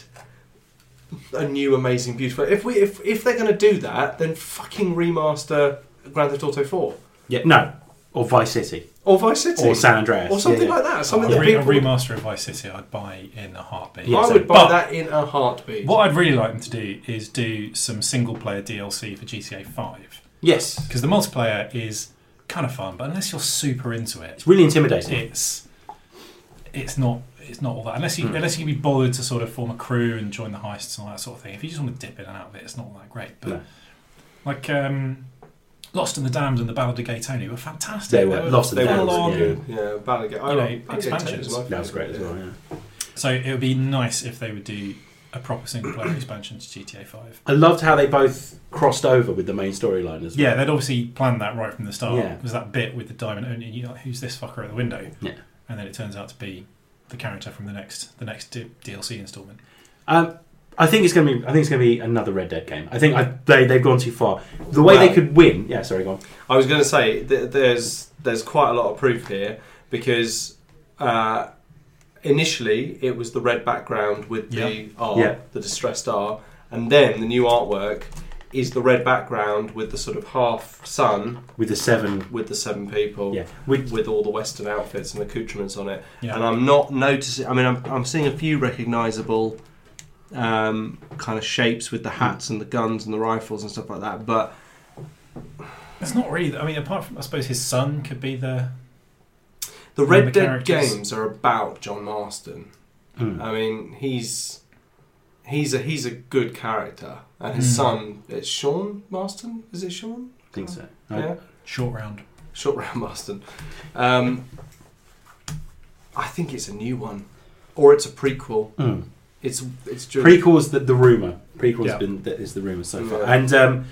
[SPEAKER 2] a new amazing beautiful. If we if if they're going to do that, then fucking remaster Grand Theft Auto 4
[SPEAKER 3] Yeah, no, or Vice City,
[SPEAKER 2] or Vice City
[SPEAKER 3] or San Andreas,
[SPEAKER 2] or something
[SPEAKER 3] Yeah, yeah.
[SPEAKER 2] like that. Something
[SPEAKER 1] a,
[SPEAKER 2] that
[SPEAKER 1] re- a
[SPEAKER 2] people
[SPEAKER 1] remaster of Vice City I'd buy in a heartbeat.
[SPEAKER 3] Yeah,
[SPEAKER 2] I
[SPEAKER 3] so-
[SPEAKER 2] would buy
[SPEAKER 1] but-
[SPEAKER 2] that in a heartbeat.
[SPEAKER 1] What I'd really like them to do is do some single player DLC for GTA 5
[SPEAKER 3] Yes,
[SPEAKER 1] because the multiplayer is kind of fun, but unless you're super into it,
[SPEAKER 3] it's really intimidating.
[SPEAKER 1] it's it's not it's not all that. Unless you
[SPEAKER 3] Hmm.
[SPEAKER 1] unless you can be bothered to sort of form a crew and join the heists and all that sort of thing. If you just want to dip in and out of it, it's not all that great. But
[SPEAKER 3] No.
[SPEAKER 1] like um, Lost in the Damned and the Ballad of Gay Tony were fantastic.
[SPEAKER 3] They were- Lost in the
[SPEAKER 2] They
[SPEAKER 1] full
[SPEAKER 2] were
[SPEAKER 3] Damned,
[SPEAKER 2] long,
[SPEAKER 1] on
[SPEAKER 3] yeah.
[SPEAKER 2] yeah. Oh, yeah Ballinger. I
[SPEAKER 1] You know,
[SPEAKER 2] like Ballinger
[SPEAKER 1] expansions.
[SPEAKER 2] Tales, my
[SPEAKER 3] That was great
[SPEAKER 2] favourite,
[SPEAKER 3] as
[SPEAKER 2] yeah.
[SPEAKER 3] well. Yeah.
[SPEAKER 1] So it would be nice if they would do a proper single player expansion to GTA 5.
[SPEAKER 3] I loved how they both crossed over with the main storyline as well.
[SPEAKER 1] Yeah, they'd obviously planned that right from the start.
[SPEAKER 3] Yeah.
[SPEAKER 1] It was that bit with the diamond and you're like, who's this fucker at the window?
[SPEAKER 3] Yeah.
[SPEAKER 1] And then it turns out to be the character from the next the next D- DLC installment.
[SPEAKER 3] Um, I think it's going to be. I think it's going to be another Red Dead game. I think I, they they've gone too far. The way they
[SPEAKER 2] Wow.
[SPEAKER 3] could win. Yeah, sorry, go on.
[SPEAKER 2] I was going to say th- there's there's quite a lot of proof here because uh, initially it was the red background with
[SPEAKER 1] Yeah.
[SPEAKER 2] the R,
[SPEAKER 3] Yeah.
[SPEAKER 2] the distressed R, and then the new artwork is the red background with the sort of half sun
[SPEAKER 3] with the seven.
[SPEAKER 2] with the seven people.
[SPEAKER 3] Yeah, with
[SPEAKER 2] With all the Western outfits and accoutrements on it,
[SPEAKER 1] Yeah.
[SPEAKER 2] and I'm not noticing. I mean, I'm, I'm seeing a few recognisable um, kind of shapes with the hats and the guns and the rifles and stuff like that. But
[SPEAKER 1] It's not really. I mean, apart from I suppose his son could be the.
[SPEAKER 2] The
[SPEAKER 1] Remember
[SPEAKER 2] Red Dead
[SPEAKER 1] characters?
[SPEAKER 2] games are about John Marston.
[SPEAKER 3] mm,
[SPEAKER 2] I mean, he's he's a he's a good character, and his
[SPEAKER 1] Hmm.
[SPEAKER 2] son it's Sean Marston. Is it Sean?
[SPEAKER 3] I think so.
[SPEAKER 2] Yeah,
[SPEAKER 1] Short round.
[SPEAKER 2] Short Round Marston. Um, I think it's a new one, or it's a prequel.
[SPEAKER 3] Mm.
[SPEAKER 2] It's it's during,
[SPEAKER 3] Prequels the, the rumor. Prequels
[SPEAKER 1] Yeah.
[SPEAKER 3] has been that is the rumor so far.
[SPEAKER 2] Yeah.
[SPEAKER 3] And um,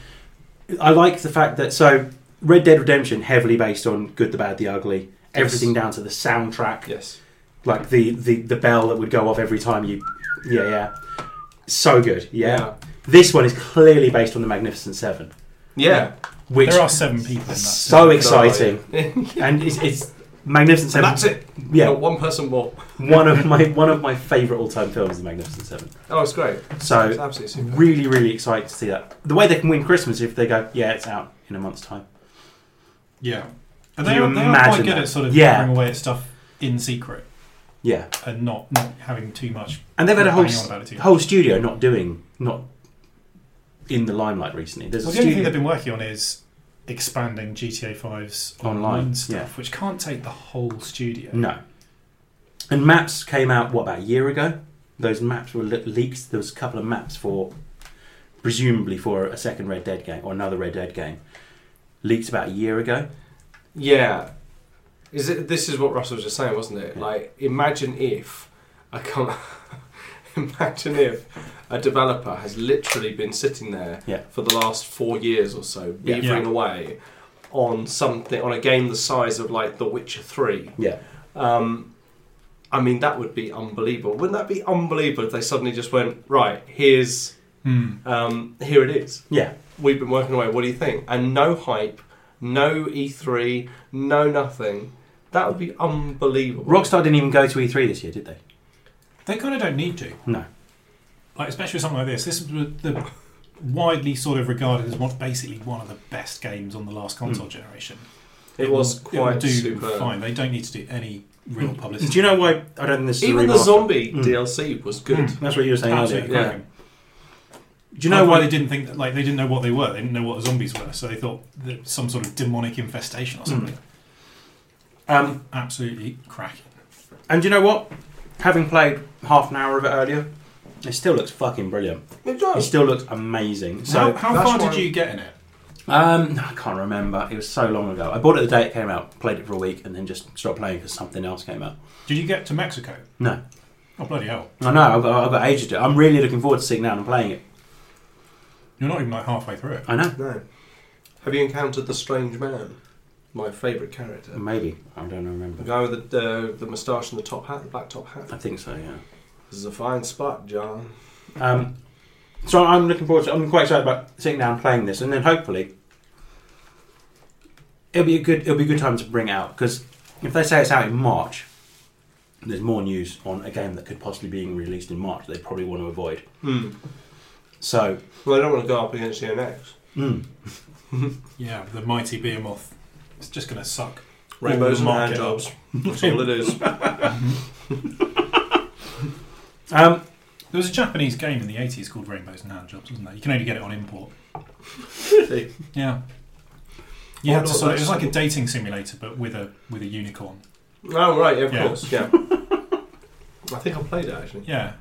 [SPEAKER 3] I like the fact that so Red Dead Redemption heavily based on Good, the Bad, the Ugly. Everything down to the soundtrack.
[SPEAKER 2] yes.
[SPEAKER 3] like the, the the bell that would go off every time you yeah yeah so good yeah, this one is clearly based on the magnificent seven
[SPEAKER 2] yeah,
[SPEAKER 3] which
[SPEAKER 1] there are seven people in that.
[SPEAKER 3] is so
[SPEAKER 2] yeah.
[SPEAKER 3] exciting and it's, it's magnificent
[SPEAKER 2] and
[SPEAKER 3] seven
[SPEAKER 2] that's it.
[SPEAKER 3] yeah
[SPEAKER 2] Not one person more.
[SPEAKER 3] one of my one of my favorite all-time films the magnificent seven
[SPEAKER 2] Oh, it's great. It's
[SPEAKER 3] so
[SPEAKER 2] absolutely super.
[SPEAKER 3] really really excited to see that the way they can win christmas if they go yeah it's out in a month's time
[SPEAKER 1] yeah. And
[SPEAKER 3] Can
[SPEAKER 1] they
[SPEAKER 3] you
[SPEAKER 1] are, they are
[SPEAKER 3] imagine
[SPEAKER 1] quite good
[SPEAKER 3] that?
[SPEAKER 1] at sort of
[SPEAKER 3] Yeah.
[SPEAKER 1] giving away stuff in secret
[SPEAKER 3] yeah
[SPEAKER 1] and not, not having too much.
[SPEAKER 3] and they've had a whole
[SPEAKER 1] banging on
[SPEAKER 3] s-
[SPEAKER 1] about it too much.
[SPEAKER 3] whole studio not doing not in the limelight recently there's
[SPEAKER 1] Well,
[SPEAKER 3] a
[SPEAKER 1] the only thing they've
[SPEAKER 3] studio
[SPEAKER 1] been working on is expanding GTA 5's online,
[SPEAKER 3] Online,
[SPEAKER 1] stuff,
[SPEAKER 3] yeah.
[SPEAKER 1] which can't take the whole studio.
[SPEAKER 3] No. And maps came out what about a year ago? Those maps were le- leaked. There was a couple of maps for, presumably for a second Red Dead game or another Red Dead game, leaked about a year ago.
[SPEAKER 2] Yeah. Is it? This is what Russell was just saying, wasn't it?
[SPEAKER 3] Yeah.
[SPEAKER 2] Like, imagine if I can't. imagine if a developer has literally been sitting there
[SPEAKER 3] Yeah.
[SPEAKER 2] for the last four years or so,
[SPEAKER 3] Yeah.
[SPEAKER 2] beavering
[SPEAKER 1] Yeah.
[SPEAKER 2] away on something on a game the size of like The Witcher Three.
[SPEAKER 3] Yeah.
[SPEAKER 2] Um, I mean, that would be unbelievable. Wouldn't that be unbelievable if they suddenly just went right? Here's
[SPEAKER 1] Hmm.
[SPEAKER 2] um, here it is
[SPEAKER 3] Yeah.
[SPEAKER 2] we've been working away. What do you think? And no hype, no E3, no nothing. That would be unbelievable.
[SPEAKER 3] Rockstar didn't even go to E3 this year, did they?
[SPEAKER 1] They kind of don't need to.
[SPEAKER 3] No.
[SPEAKER 1] Like, especially with something like this. This is the, the widely sort of regarded as what basically one of the best games on the last
[SPEAKER 3] Hmm.
[SPEAKER 1] console generation.
[SPEAKER 2] it was
[SPEAKER 1] will-
[SPEAKER 2] quite
[SPEAKER 1] will do
[SPEAKER 2] super.
[SPEAKER 1] fine. They don't need to do any real
[SPEAKER 3] Hmm. Do
[SPEAKER 1] publicity.
[SPEAKER 3] you know why? I don't think this is a
[SPEAKER 2] Even the
[SPEAKER 3] remaster.
[SPEAKER 2] zombie
[SPEAKER 3] Mm.
[SPEAKER 2] DLC was good.
[SPEAKER 1] Mm.
[SPEAKER 3] That's what you were saying earlier.
[SPEAKER 1] Absolutely
[SPEAKER 2] yeah.
[SPEAKER 1] cracking.
[SPEAKER 3] Do you know why
[SPEAKER 1] they didn't think that, like they didn't know what they were? They didn't know what zombies were, so they thought that some sort of demonic infestation or
[SPEAKER 3] Hmm.
[SPEAKER 1] something.
[SPEAKER 3] Um,
[SPEAKER 1] Absolutely cracking.
[SPEAKER 3] and do you know what? Having played half an hour of it earlier, it still looks fucking brilliant.
[SPEAKER 2] It
[SPEAKER 3] It
[SPEAKER 2] does.
[SPEAKER 3] still looks amazing. So
[SPEAKER 1] how how
[SPEAKER 2] that's
[SPEAKER 1] far
[SPEAKER 2] why-
[SPEAKER 1] did you get in it?
[SPEAKER 3] Um, no, I can't remember. It was so long ago. I bought it the day it came out, played it for a week, and then just stopped playing because something else came out.
[SPEAKER 1] Did you get to Mexico?
[SPEAKER 3] No.
[SPEAKER 1] Oh bloody hell!
[SPEAKER 3] I know. I've got, I've got ages to do. I'm really looking forward to sitting down and playing it.
[SPEAKER 1] You're not even like halfway through it.
[SPEAKER 3] I know.
[SPEAKER 2] No. Have you encountered the strange man? My favourite character.
[SPEAKER 3] Maybe I don't
[SPEAKER 2] The
[SPEAKER 3] remember.
[SPEAKER 2] guy with the uh, the moustache and the top hat, the black top hat.
[SPEAKER 3] I think so. Yeah.
[SPEAKER 2] This is a fine spot, John.
[SPEAKER 3] Um, so I'm looking forward to. I'm quite excited about sitting down and playing this, and then hopefully it'll be a good. It'll be a good time to bring it out because if they say it's out in March, there's more news on a game that could possibly be released in March. They probably want to avoid.
[SPEAKER 2] Hmm.
[SPEAKER 3] So.
[SPEAKER 2] Well, I don't want to go up against your next.
[SPEAKER 3] Mm,
[SPEAKER 1] Yeah, the mighty behemoth. It's just going to suck.
[SPEAKER 2] Rainbows and
[SPEAKER 1] Mark
[SPEAKER 2] hand
[SPEAKER 1] it up.
[SPEAKER 2] jobs. That's all it is.
[SPEAKER 3] um,
[SPEAKER 1] There was a Japanese game in the 80s called Rainbows and Handjobs, wasn't there? You can only get it on import.
[SPEAKER 2] Really?
[SPEAKER 1] Yeah. You
[SPEAKER 2] Oh,
[SPEAKER 1] had to
[SPEAKER 2] no,
[SPEAKER 1] sort of, it
[SPEAKER 2] that's-
[SPEAKER 1] was like a dating simulator, but with a with a unicorn.
[SPEAKER 2] Oh, right, yeah, of
[SPEAKER 1] Yeah.
[SPEAKER 2] course, yeah. I think I played it actually.
[SPEAKER 1] Yeah,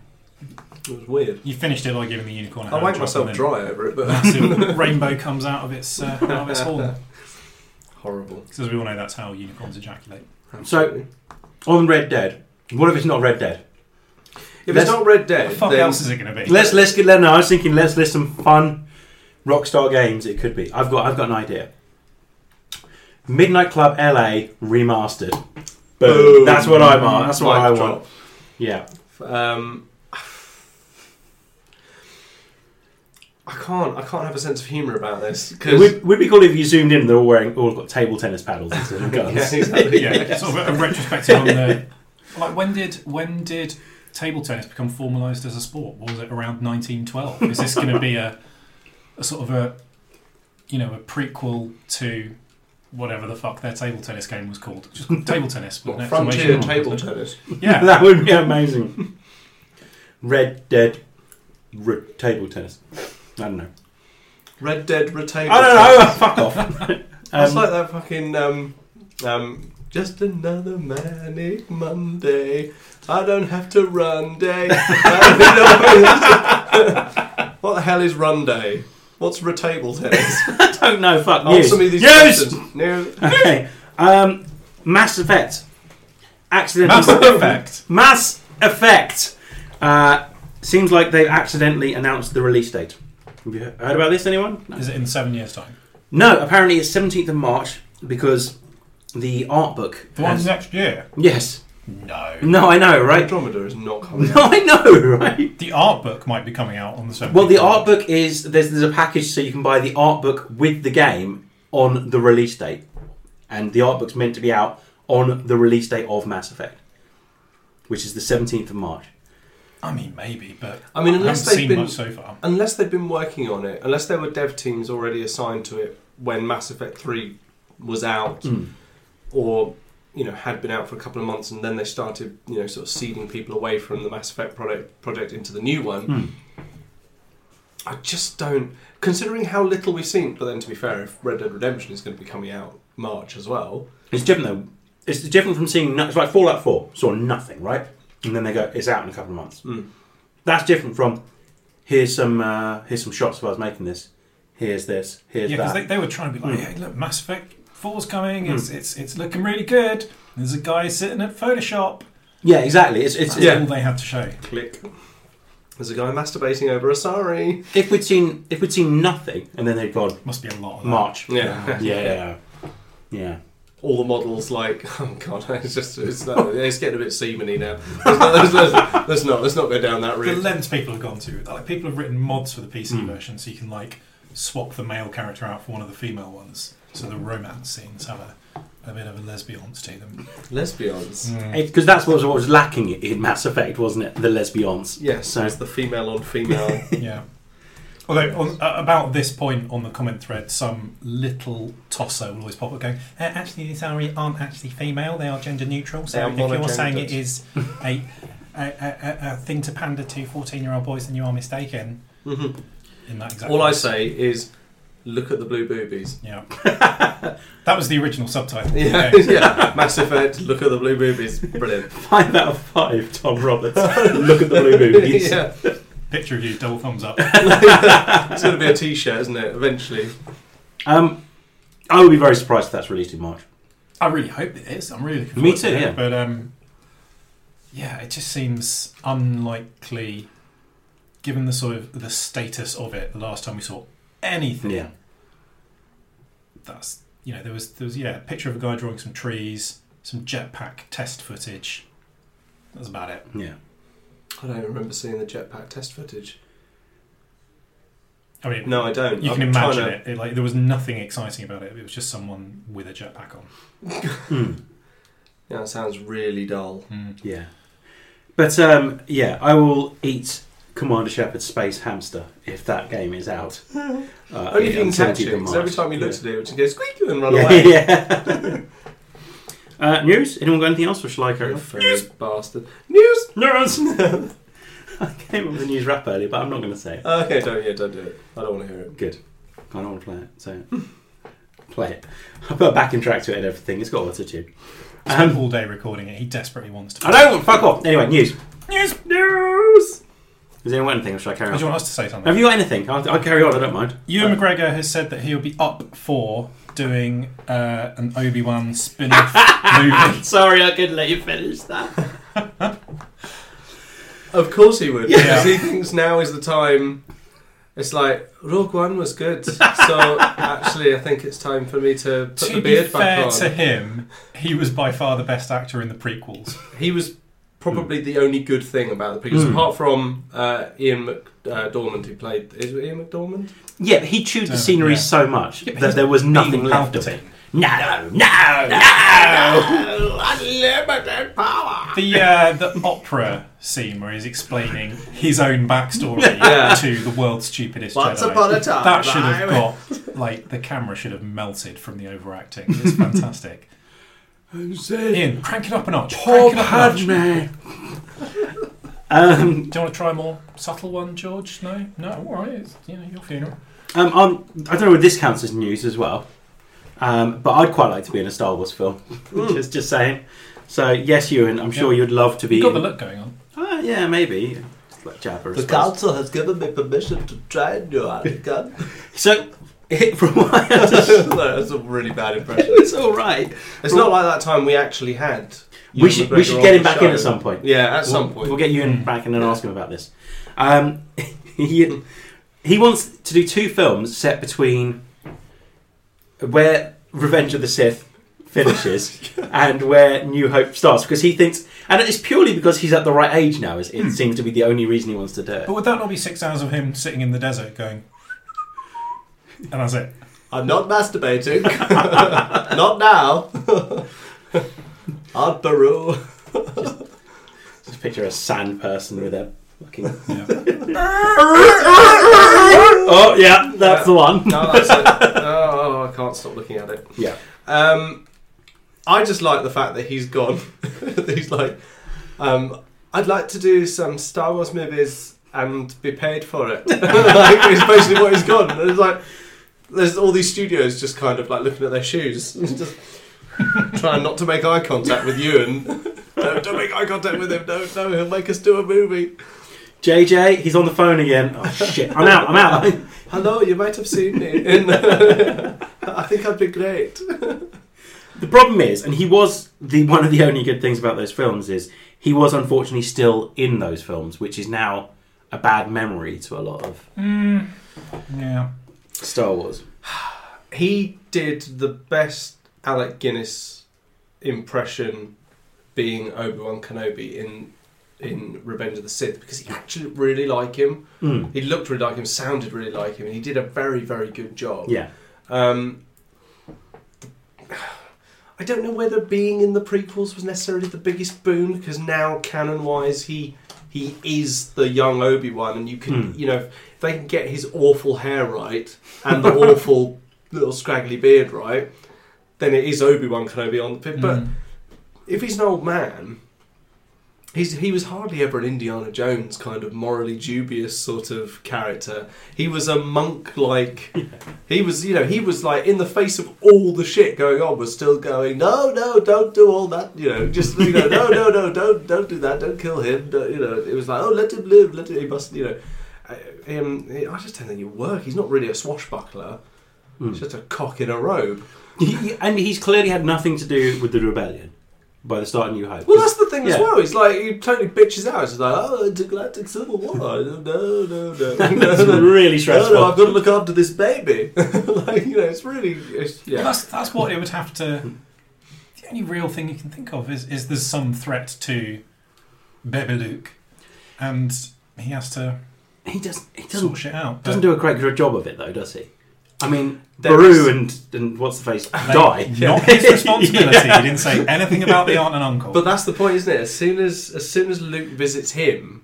[SPEAKER 2] It was weird.
[SPEAKER 1] you finished it by giving the unicorn. a
[SPEAKER 2] I wanked
[SPEAKER 1] handjob
[SPEAKER 2] myself
[SPEAKER 1] and then
[SPEAKER 2] dry over it,
[SPEAKER 1] a
[SPEAKER 2] but
[SPEAKER 1] massive rainbow comes out of its uh, out of its horn
[SPEAKER 2] horrible.
[SPEAKER 1] because we all know that's how unicorns ejaculate.
[SPEAKER 2] Absolutely.
[SPEAKER 3] on Red Dead. What if it's not Red Dead?
[SPEAKER 2] if
[SPEAKER 3] let's-
[SPEAKER 2] it's not Red
[SPEAKER 1] What
[SPEAKER 2] Dead,
[SPEAKER 1] the fuck
[SPEAKER 2] then
[SPEAKER 1] else is it going to be?
[SPEAKER 3] Let's let's get. No, I was thinking. Let's list some fun Rockstar games. It could be. I've got. I've got an idea. Midnight Club LA remastered. Boom.
[SPEAKER 2] Boom.
[SPEAKER 3] That's what I want. That's what
[SPEAKER 2] Mic
[SPEAKER 3] I
[SPEAKER 2] drop.
[SPEAKER 3] want. Yeah.
[SPEAKER 2] Um, I can't. I can't have a sense of humour about this because
[SPEAKER 3] Would, would be cool if you zoomed in. They're all wearing. All got table tennis paddles instead of guns.
[SPEAKER 2] yeah, exactly.
[SPEAKER 1] yeah, sort of a retrospective on the like when did when did table tennis become formalised as a sport? Was it around 1912? Is this going to be a, a sort of a you know a prequel to whatever the fuck their table tennis game was called? Just called table tennis.
[SPEAKER 2] Well,
[SPEAKER 1] with an exclamation
[SPEAKER 2] frontier
[SPEAKER 1] mark,
[SPEAKER 2] table
[SPEAKER 1] wasn't
[SPEAKER 2] tennis.
[SPEAKER 1] it? Yeah,
[SPEAKER 3] That would be amazing. Red Dead re- table tennis. I don't know.
[SPEAKER 2] Red Dead Retable.
[SPEAKER 3] I don't
[SPEAKER 2] tennis.
[SPEAKER 3] know. Fuck off.
[SPEAKER 2] That's
[SPEAKER 3] Um,
[SPEAKER 2] like that fucking um, um, just another manic Monday. I don't have to run day. what the hell is run day? What's retable tennis?
[SPEAKER 3] I don't know. Fuck you.
[SPEAKER 2] Answer me these
[SPEAKER 3] Um, Yes!
[SPEAKER 2] questions. No.
[SPEAKER 3] Okay. Um, Mass Effect. Accidentally.
[SPEAKER 1] Mass Effect.
[SPEAKER 3] Mass Effect. Uh, seems like they've accidentally announced the release date. Have you heard about this, anyone? No.
[SPEAKER 1] Is it in seven years' time?
[SPEAKER 3] No, apparently it's 17th of March because the art book.
[SPEAKER 1] The one's
[SPEAKER 3] has-
[SPEAKER 1] next year.
[SPEAKER 3] yes.
[SPEAKER 1] No.
[SPEAKER 3] No, I know, right?
[SPEAKER 2] Andromeda is not coming.
[SPEAKER 3] No, I know, right?
[SPEAKER 1] The art book might be coming out on the 17th.
[SPEAKER 3] Well, the art book is there's there's a package so you can buy the art book with the game on the release date, and the art book's meant to be out on the release date of Mass Effect, which is the 17th of March.
[SPEAKER 1] I mean, maybe, but
[SPEAKER 2] I mean, unless
[SPEAKER 1] haven't
[SPEAKER 2] they've
[SPEAKER 1] seen
[SPEAKER 2] been-
[SPEAKER 1] much so far.
[SPEAKER 2] Unless they've been working on it, unless there were dev teams already assigned to it when Mass Effect 3 was out or you know had been out for a couple of months and then they started, you know, sort of seeding people away from the Mass Effect product, project into the new one.
[SPEAKER 3] Hmm.
[SPEAKER 2] I just don't considering how little we've seen, but then to be fair, if Red Dead Redemption is going to be coming out March as well.
[SPEAKER 3] It's different though. It's different from seeing. No, it's like Fallout Four saw nothing, right? And then they go, it's out in a couple of months.
[SPEAKER 1] Hmm.
[SPEAKER 2] Mm.
[SPEAKER 3] That's different from here's some uh, here's some shots of us making this. Here's this. Here's
[SPEAKER 1] Yeah, because
[SPEAKER 3] that.
[SPEAKER 1] they, they were trying to be like,
[SPEAKER 3] Mm.
[SPEAKER 1] hey, look, Mass Effect 4's coming. It's, it's it's looking really good. There's a guy sitting at Photoshop.
[SPEAKER 3] yeah, exactly. It's it's,
[SPEAKER 1] That's
[SPEAKER 3] it's
[SPEAKER 2] Yeah.
[SPEAKER 1] all they had to show.
[SPEAKER 2] Click. There's a guy masturbating over a sorry.
[SPEAKER 3] if we'd seen if we'd seen nothing and then they'd gone
[SPEAKER 1] Must be a lot of that.
[SPEAKER 3] March.
[SPEAKER 2] Yeah.
[SPEAKER 3] Yeah. Yeah. yeah.
[SPEAKER 2] all the models like oh god it's just it's, it's getting a bit seamany now let's not, let's, let's, let's not let's not go down that
[SPEAKER 1] The
[SPEAKER 2] route
[SPEAKER 1] lengths people have gone to. Like people have written mods for the PC
[SPEAKER 3] Mm.
[SPEAKER 1] version, so you can like swap the male character out for one of the female ones. So the romance scenes have a, a bit of a lesbiance to them.
[SPEAKER 2] lesbians
[SPEAKER 1] Mm.
[SPEAKER 3] Because that's what was, what was lacking in Mass Effect, wasn't it? The lesbians.
[SPEAKER 2] yes
[SPEAKER 3] So-
[SPEAKER 2] it's the female on female
[SPEAKER 1] yeah. Although on, uh, about this point on the comment thread, some little tosser will always pop up going, uh, "Actually, these are, aren't actually female; they are gender neutral."
[SPEAKER 2] They
[SPEAKER 1] So
[SPEAKER 2] are
[SPEAKER 1] if you're
[SPEAKER 2] monogendered.
[SPEAKER 1] saying it is a a, a, a, a thing to pander to 14 year old boys, then you are mistaken
[SPEAKER 2] Mhm.
[SPEAKER 1] in that exact.
[SPEAKER 2] all i
[SPEAKER 1] case.
[SPEAKER 2] say is look at the blue boobies
[SPEAKER 1] Yeah. that was the original subtitle.
[SPEAKER 2] yeah,
[SPEAKER 1] Okay.
[SPEAKER 2] yeah. Mass Effect. Look at the blue boobies. Brilliant.
[SPEAKER 3] Five out of five, Tom Roberts. Look at the blue movies.
[SPEAKER 2] yeah,
[SPEAKER 1] Picture of you, double thumbs up.
[SPEAKER 2] it's going to be a T-shirt, isn't it? Eventually,
[SPEAKER 3] Um, I would be very surprised if that's released in March.
[SPEAKER 1] I really hope it is. I'm really looking
[SPEAKER 3] Me
[SPEAKER 1] forward
[SPEAKER 3] too,
[SPEAKER 1] to it.
[SPEAKER 3] yeah.
[SPEAKER 1] But um, yeah, it just seems unlikely, given the sort of the status of it. The last time we saw anything,
[SPEAKER 3] Yeah.
[SPEAKER 1] that's you know there was there was yeah a picture of a guy drawing some trees, some jetpack test footage. That's about it.
[SPEAKER 3] Yeah.
[SPEAKER 2] I don't even remember seeing the jetpack test footage.
[SPEAKER 1] I mean,
[SPEAKER 2] No, I don't.
[SPEAKER 1] you
[SPEAKER 2] I'm
[SPEAKER 1] can
[SPEAKER 2] trying
[SPEAKER 1] imagine
[SPEAKER 2] to-
[SPEAKER 1] it. it. Like there was nothing exciting about it. It was just someone with a jetpack on.
[SPEAKER 3] Hmm.
[SPEAKER 2] Yeah, it sounds really dull.
[SPEAKER 1] Mm.
[SPEAKER 3] Yeah. But um, yeah, I will eat Commander Shepard Space Hamster if that game is out. Uh,
[SPEAKER 2] Only if you
[SPEAKER 3] on
[SPEAKER 2] can catch
[SPEAKER 3] 17th
[SPEAKER 2] it,
[SPEAKER 3] of
[SPEAKER 2] because
[SPEAKER 3] March.
[SPEAKER 2] every time he looks at it, it just goes squeak and then run
[SPEAKER 3] yeah.
[SPEAKER 2] away.
[SPEAKER 3] Yeah. uh, news? Anyone got anything else or shall I carry
[SPEAKER 2] You
[SPEAKER 3] on?
[SPEAKER 2] News bastard. News!
[SPEAKER 3] News! I came up with a news rap earlier, but I'm not going to say it.
[SPEAKER 2] Oh, Okay, don't, yeah, don't do it. I don't want to hear it.
[SPEAKER 3] Good. I don't want to play it, so play it. I put a backing track to it and everything. It's got autotune.
[SPEAKER 1] Spent
[SPEAKER 3] Um,
[SPEAKER 1] all day recording it. He desperately wants to.
[SPEAKER 3] I don't want fuck off. Anyway, news.
[SPEAKER 1] News.
[SPEAKER 3] News! Has anyone got anything or shall I carry
[SPEAKER 1] Do you
[SPEAKER 3] on?
[SPEAKER 1] want us to say something?
[SPEAKER 3] Have you got anything? I'll, I'll carry on, I don't mind.
[SPEAKER 1] Ewan McGregor has said that he'll be up for doing uh, an Obi Wan spin off movie.
[SPEAKER 3] Ah, Sorry, I couldn't let you finish that.
[SPEAKER 2] Of course he would,
[SPEAKER 1] Yeah.
[SPEAKER 2] because he thinks now is the time. It's like Rogue One was good, so actually I think it's time for me to put
[SPEAKER 1] to
[SPEAKER 2] the
[SPEAKER 1] be
[SPEAKER 2] beard back
[SPEAKER 1] fair
[SPEAKER 2] on.
[SPEAKER 1] to him, he was by far the best actor in the prequels.
[SPEAKER 2] He was probably the only good thing about the prequels,
[SPEAKER 3] Hmm.
[SPEAKER 2] apart from uh, Ian McDormand, who played is it Ian McDormand.
[SPEAKER 3] Yeah, but he chewed the
[SPEAKER 1] Don't-
[SPEAKER 3] scenery
[SPEAKER 1] yeah.
[SPEAKER 3] so much
[SPEAKER 1] Yeah, but
[SPEAKER 3] that
[SPEAKER 1] he's
[SPEAKER 3] there was nothing
[SPEAKER 1] Being
[SPEAKER 3] left of
[SPEAKER 1] Palpatine.
[SPEAKER 3] it. No, no, no,
[SPEAKER 2] Unlimited power.
[SPEAKER 1] The uh, the opera scene where he's explaining his own backstory
[SPEAKER 2] Yeah.
[SPEAKER 1] to the world's stupidest
[SPEAKER 2] Once
[SPEAKER 1] Jedi.
[SPEAKER 2] upon a time,
[SPEAKER 1] that should have
[SPEAKER 2] I-
[SPEAKER 1] got like the camera should have melted from the overacting. It's fantastic. Ian, crank it up a notch. Crank it up a notch.
[SPEAKER 3] um,
[SPEAKER 1] Do you want to try a more subtle one, George? No, no. All right, it's, you know your funeral.
[SPEAKER 3] um, on, I don't know if this counts as news as well, um, but I'd quite like to be in a Star Wars film. just, just saying. So yes, Ewan, I'm sure you'd love to be.
[SPEAKER 1] You got the
[SPEAKER 3] in-
[SPEAKER 1] look going on.
[SPEAKER 3] Ah, yeah, maybe. Just Like Jabba, I suppose.
[SPEAKER 2] has given me permission to try and do it again.
[SPEAKER 3] So, from what I understand,
[SPEAKER 2] That's a really bad impression.
[SPEAKER 3] it's all right.
[SPEAKER 2] It's not like that time we actually had.
[SPEAKER 3] We
[SPEAKER 2] Ewan
[SPEAKER 3] should,
[SPEAKER 2] McGregor
[SPEAKER 3] we should
[SPEAKER 2] on
[SPEAKER 3] get
[SPEAKER 2] the
[SPEAKER 3] him back
[SPEAKER 2] show.
[SPEAKER 3] in at some point.
[SPEAKER 2] Yeah, at some
[SPEAKER 3] we'll,
[SPEAKER 2] point.
[SPEAKER 3] We'll get you in
[SPEAKER 1] Mm.
[SPEAKER 3] back in and
[SPEAKER 2] Yeah.
[SPEAKER 3] ask him about this. Um, he, he wants to do two films set between where Revenge of the Sith finishes and where New Hope starts because he thinks, and it's purely because he's at the right age now. Is, it seems to be the only reason he wants to do it.
[SPEAKER 1] But would that not be six hours of him sitting in the desert going, and that's it?
[SPEAKER 2] I'm not masturbating. not now. Aunt Baru.
[SPEAKER 3] Just picture a sand person with a fucking.
[SPEAKER 1] Yeah.
[SPEAKER 3] Oh yeah, that's the one.
[SPEAKER 2] No, that's it. Oh, I can't stop looking at it.
[SPEAKER 3] Yeah.
[SPEAKER 2] Um, I just like the fact that he's gone. he's like, um, I'd like to do some Star Wars movies and be paid for it. like, it's basically what he's gone. And it's like, there's all these studios just kind of like looking at their shoes, just trying not to make eye contact with you and don't, don't make eye contact with him. No, no, he'll make us do a movie.
[SPEAKER 3] JJ, he's on the phone again. Oh shit! I'm out. I'm out.
[SPEAKER 2] Hello, you might have seen me. In, I think I'd be great.
[SPEAKER 3] The problem is, and he was the one of the only good things about those films is he was unfortunately still in those films, which is now a bad memory to a lot of
[SPEAKER 1] Mm, yeah.
[SPEAKER 3] Star Wars.
[SPEAKER 2] He did the best Alec Guinness impression being Obi Wan Kenobi in in Revenge of the Sith because he actually looked really like him.
[SPEAKER 3] Mm.
[SPEAKER 2] He looked really like him, sounded really like him, and he did a very very good job.
[SPEAKER 3] Yeah,
[SPEAKER 2] Um, I don't know whether being in the prequels was necessarily the biggest boon because now canon wise he he is the young Obi Wan, and you can
[SPEAKER 3] Hmm.
[SPEAKER 2] you know if they can get his awful hair right and the awful little scraggly beard right, then it is Obi Wan Kenobi on the pit. But
[SPEAKER 1] Mm.
[SPEAKER 2] if he's an old man. He's, he was hardly ever an Indiana Jones kind of morally dubious sort of character. He was a monk like he was, you know, he was like in the face of all the shit going on, was still going, no, no, don't do all that, you know, just you know, no, no, no, don't, don't do that, don't kill him, don't, you know. It was like, oh, let him live, let him, he must, you know. I, um, I just don't think it work. He's not really a swashbuckler.
[SPEAKER 3] Mm.
[SPEAKER 2] It's just a cock in a robe.
[SPEAKER 3] He- he- and he's clearly had nothing to do with the rebellion by the start of New Hope.
[SPEAKER 2] Well, that's the thing as
[SPEAKER 3] Yeah.
[SPEAKER 2] well. He's like he totally bitches out. He's like, oh, intergalactic civil war. No, no, no, no, no,
[SPEAKER 3] That's
[SPEAKER 2] no,
[SPEAKER 3] really
[SPEAKER 2] no,
[SPEAKER 3] stressful.
[SPEAKER 2] no. I've got to look after this baby. like you know, it's really it's,
[SPEAKER 1] Well,
[SPEAKER 2] yeah.
[SPEAKER 1] that's that's what it would have to. The only real thing you can think of is is there's some threat to Bebeluk, and he has to
[SPEAKER 3] He doesn't. He doesn't.
[SPEAKER 1] sort shit out.
[SPEAKER 3] Doesn't do a great job of it though, does he? I mean,
[SPEAKER 2] There is-
[SPEAKER 3] Baru and and what's the face
[SPEAKER 1] Like,
[SPEAKER 3] die.
[SPEAKER 1] Not his responsibility. He didn't say anything about the aunt and uncle.
[SPEAKER 2] But that's the point, isn't it? As soon as as soon as Luke visits him,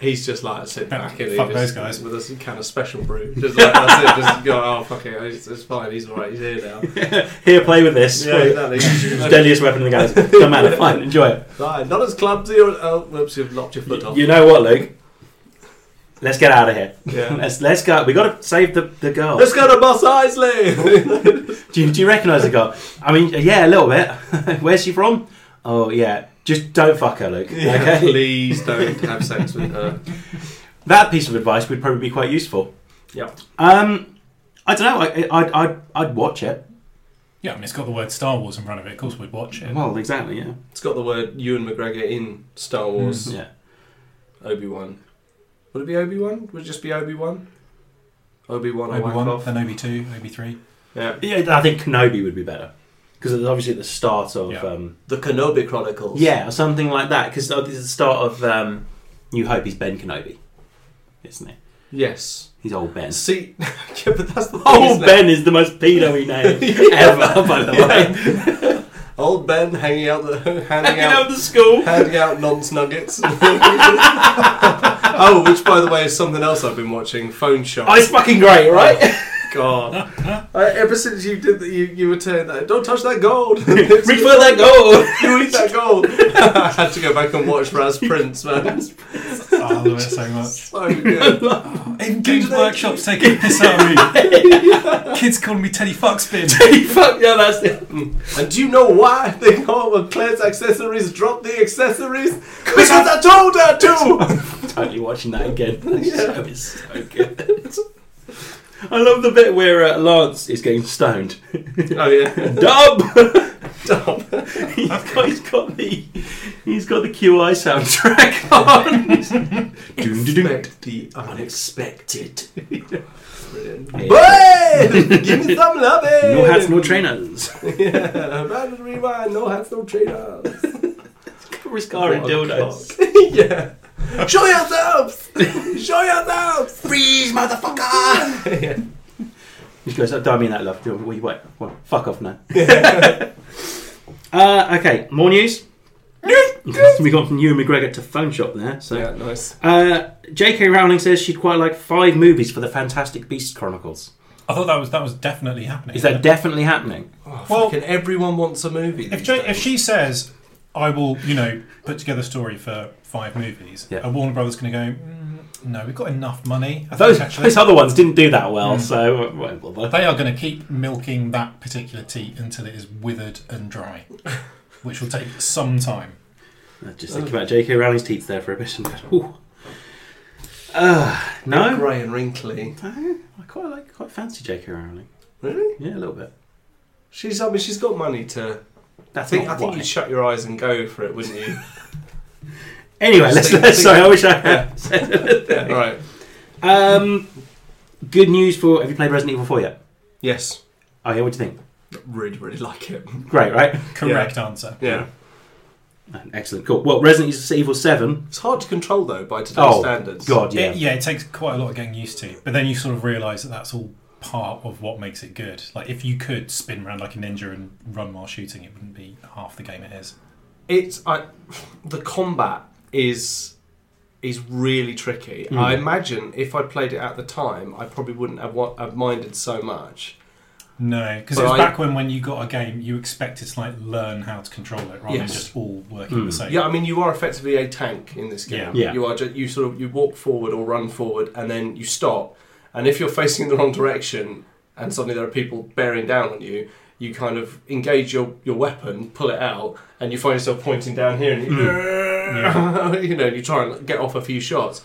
[SPEAKER 2] he's just like sit back and he
[SPEAKER 1] Fuck
[SPEAKER 2] just-
[SPEAKER 1] those guys.
[SPEAKER 2] with a kind of special brew. Just like that's it. Just go, oh fuck it, it's, it's fine. He's all right. He's here now.
[SPEAKER 3] Here, play with this.
[SPEAKER 2] Yeah, exactly.
[SPEAKER 3] It's deadliest weapon in the galaxy. Doesn't matter. Fine, enjoy it.
[SPEAKER 2] Fine. Not as clumsy. Or, oh, whoops! You've knocked your foot off.
[SPEAKER 3] You know what, Luke? Let's get out of here.
[SPEAKER 2] Yeah.
[SPEAKER 3] Let's let's go. We got to save the the girl.
[SPEAKER 2] Let's go to Boss Isley.
[SPEAKER 3] Do you, do you recognise the girl? I mean, yeah, a little bit. Where's she from? Oh yeah, just don't fuck her, Luke.
[SPEAKER 2] Yeah,
[SPEAKER 3] Okay.
[SPEAKER 2] Please don't have sex with her.
[SPEAKER 3] That piece of advice would probably be quite useful.
[SPEAKER 2] Yeah.
[SPEAKER 3] Um, I don't know. I, I'd I'd I'd watch it.
[SPEAKER 1] yeah, I mean, it's got the word Star Wars in front of it. Of course, we'd watch it.
[SPEAKER 3] Well, exactly. Yeah.
[SPEAKER 2] It's got the word Ewan McGregor in
[SPEAKER 3] Hmm.
[SPEAKER 2] Star Wars
[SPEAKER 3] Yeah.
[SPEAKER 2] Obi Wan. Would it be Obi Wan? Would it just be Obi Wan? Obi Wan or
[SPEAKER 1] Obi
[SPEAKER 2] Whack
[SPEAKER 1] one,
[SPEAKER 2] Off?
[SPEAKER 1] then Obi two, Obi three.
[SPEAKER 2] Yeah.
[SPEAKER 3] Yeah. I think Kenobi would be better because it's obviously at the start of
[SPEAKER 1] Yeah.
[SPEAKER 3] um,
[SPEAKER 2] The Kenobi Chronicles.
[SPEAKER 3] yeah or something like that because this is the start of um, New Hope. He's Ben Kenobi, isn't he?
[SPEAKER 2] Yes.
[SPEAKER 3] He's old Ben.
[SPEAKER 2] See, yeah, but that's the thing.
[SPEAKER 3] Old
[SPEAKER 2] isn't it?
[SPEAKER 3] Ben is the most pedo-y name ever, by the way.
[SPEAKER 2] Old Ben hanging out, the, handing
[SPEAKER 3] Hanging
[SPEAKER 2] out,
[SPEAKER 3] out the school.
[SPEAKER 2] handing out nonce nuggets. oh, which by the way is something else I've been watching. Phone Shark.
[SPEAKER 3] Oh, it's fucking great, right?
[SPEAKER 2] God. I, ever since you did that, you, you were telling that, don't touch that gold. Reach
[SPEAKER 3] Reach for that goal.
[SPEAKER 2] You eat that gold. I had to go back and watch Raz Prince, man. It's
[SPEAKER 1] Oh, I love it so much.
[SPEAKER 2] so good.
[SPEAKER 1] In Games Workshop's taking the piss out of me. Kids calling me Teddy Fuckspin.
[SPEAKER 3] Fuck yeah, that's it.
[SPEAKER 2] And do you know why they call well, Claire's accessories drop the accessories? Because I told her to!
[SPEAKER 3] Totally watching that again. That show is so good. I love the bit where uh, Lance is getting stoned.
[SPEAKER 2] oh, yeah.
[SPEAKER 3] Dub.
[SPEAKER 2] Dumb.
[SPEAKER 3] he's got, he's got the he's got the QI soundtrack on. Doom, doom, doom.
[SPEAKER 2] Expect the unexpected. Brilliant.
[SPEAKER 3] Yeah.
[SPEAKER 2] Boy! Give me some loving!
[SPEAKER 3] No hats, no trainers.
[SPEAKER 2] Yeah, Battle Rewind, no hats, no trainers.
[SPEAKER 3] Riscara and
[SPEAKER 2] What a
[SPEAKER 3] dildos.
[SPEAKER 2] cock. yeah. Show yourselves! Show yourselves!
[SPEAKER 3] Freeze, motherfucker!
[SPEAKER 2] Yeah.
[SPEAKER 3] He goes, oh, don't mean that, love. Wait, wait, wait. Well, fuck off now. uh, okay, more news. We've gone from Ewan McGregor to phone shop there. So,
[SPEAKER 2] yeah, nice.
[SPEAKER 3] uh, J.K. Rowling says she'd quite like five movies for the Fantastic Beast Chronicles.
[SPEAKER 1] I thought that was that was definitely happening.
[SPEAKER 3] Is that definitely happening?
[SPEAKER 2] Oh,
[SPEAKER 1] Well-
[SPEAKER 2] fucking everyone wants a movie.
[SPEAKER 1] if,
[SPEAKER 2] these
[SPEAKER 1] Jo if
[SPEAKER 2] days.
[SPEAKER 1] she says, "I will," you know, put together a story for five movies,
[SPEAKER 3] Yeah.
[SPEAKER 1] and Warner Brothers going to go, mm, "No, we've got enough money." I
[SPEAKER 3] Those,
[SPEAKER 1] think actually,
[SPEAKER 3] those other ones didn't do that well,
[SPEAKER 1] Mm.
[SPEAKER 3] so uh, won't bother.
[SPEAKER 1] they are going to keep milking that particular tea until it is withered and dry, which will take some time.
[SPEAKER 3] I just think about J.K. Rowling's teeth there for a bit. And, ooh. Uh, no,
[SPEAKER 2] grey and wrinkly.
[SPEAKER 3] I quite like, quite fancy J.K. Rowling.
[SPEAKER 2] Really?
[SPEAKER 3] Yeah, a little bit.
[SPEAKER 2] She's. I mean, she's got money to. I
[SPEAKER 3] That's
[SPEAKER 2] think.
[SPEAKER 3] not
[SPEAKER 2] I think
[SPEAKER 3] why.
[SPEAKER 2] you'd shut your eyes and go for it, wouldn't you?
[SPEAKER 3] Anyway, let's,
[SPEAKER 2] Think-
[SPEAKER 3] let's
[SPEAKER 2] think-
[SPEAKER 3] sorry, I wish I had
[SPEAKER 2] Yeah. yeah. Right.
[SPEAKER 3] Um, good news for have you played Resident Evil 4 yet?
[SPEAKER 2] Yes.
[SPEAKER 3] Oh yeah, what do you think?
[SPEAKER 2] Really, really like it.
[SPEAKER 3] Great, right?
[SPEAKER 1] Correct answer.
[SPEAKER 2] Yeah.
[SPEAKER 3] Excellent, cool. Well, Resident Evil 7.
[SPEAKER 2] It's hard to control though by today's
[SPEAKER 3] Oh,
[SPEAKER 2] standards.
[SPEAKER 3] God, yeah.
[SPEAKER 1] It, yeah, it takes quite a lot of getting used to, but then you sort of realise that that's all part of what makes it good. Like if you could spin around like a ninja and run while shooting, it wouldn't be half the game it is.
[SPEAKER 2] It's. I. The combat is. Is really tricky.
[SPEAKER 3] Mm.
[SPEAKER 2] I imagine if I played it at the time, I probably wouldn't have, wa- have minded so much.
[SPEAKER 1] No, because it
[SPEAKER 2] But
[SPEAKER 1] was
[SPEAKER 2] I-
[SPEAKER 1] back when when you got a game, you expected to like learn how to control it rather
[SPEAKER 2] Yes.
[SPEAKER 1] than just all working
[SPEAKER 3] Mm.
[SPEAKER 1] the same.
[SPEAKER 2] Yeah, I mean, you are effectively a tank in this game.
[SPEAKER 3] Yeah. Yeah.
[SPEAKER 2] You are just, you sort of you walk forward or run forward, and then you stop. And if you're facing the wrong direction, and suddenly there are people bearing down on you, you kind of engage your, your weapon, pull it out, and you find yourself pointing down here, and you,
[SPEAKER 3] Mm.
[SPEAKER 2] you know, you try and get off a few shots.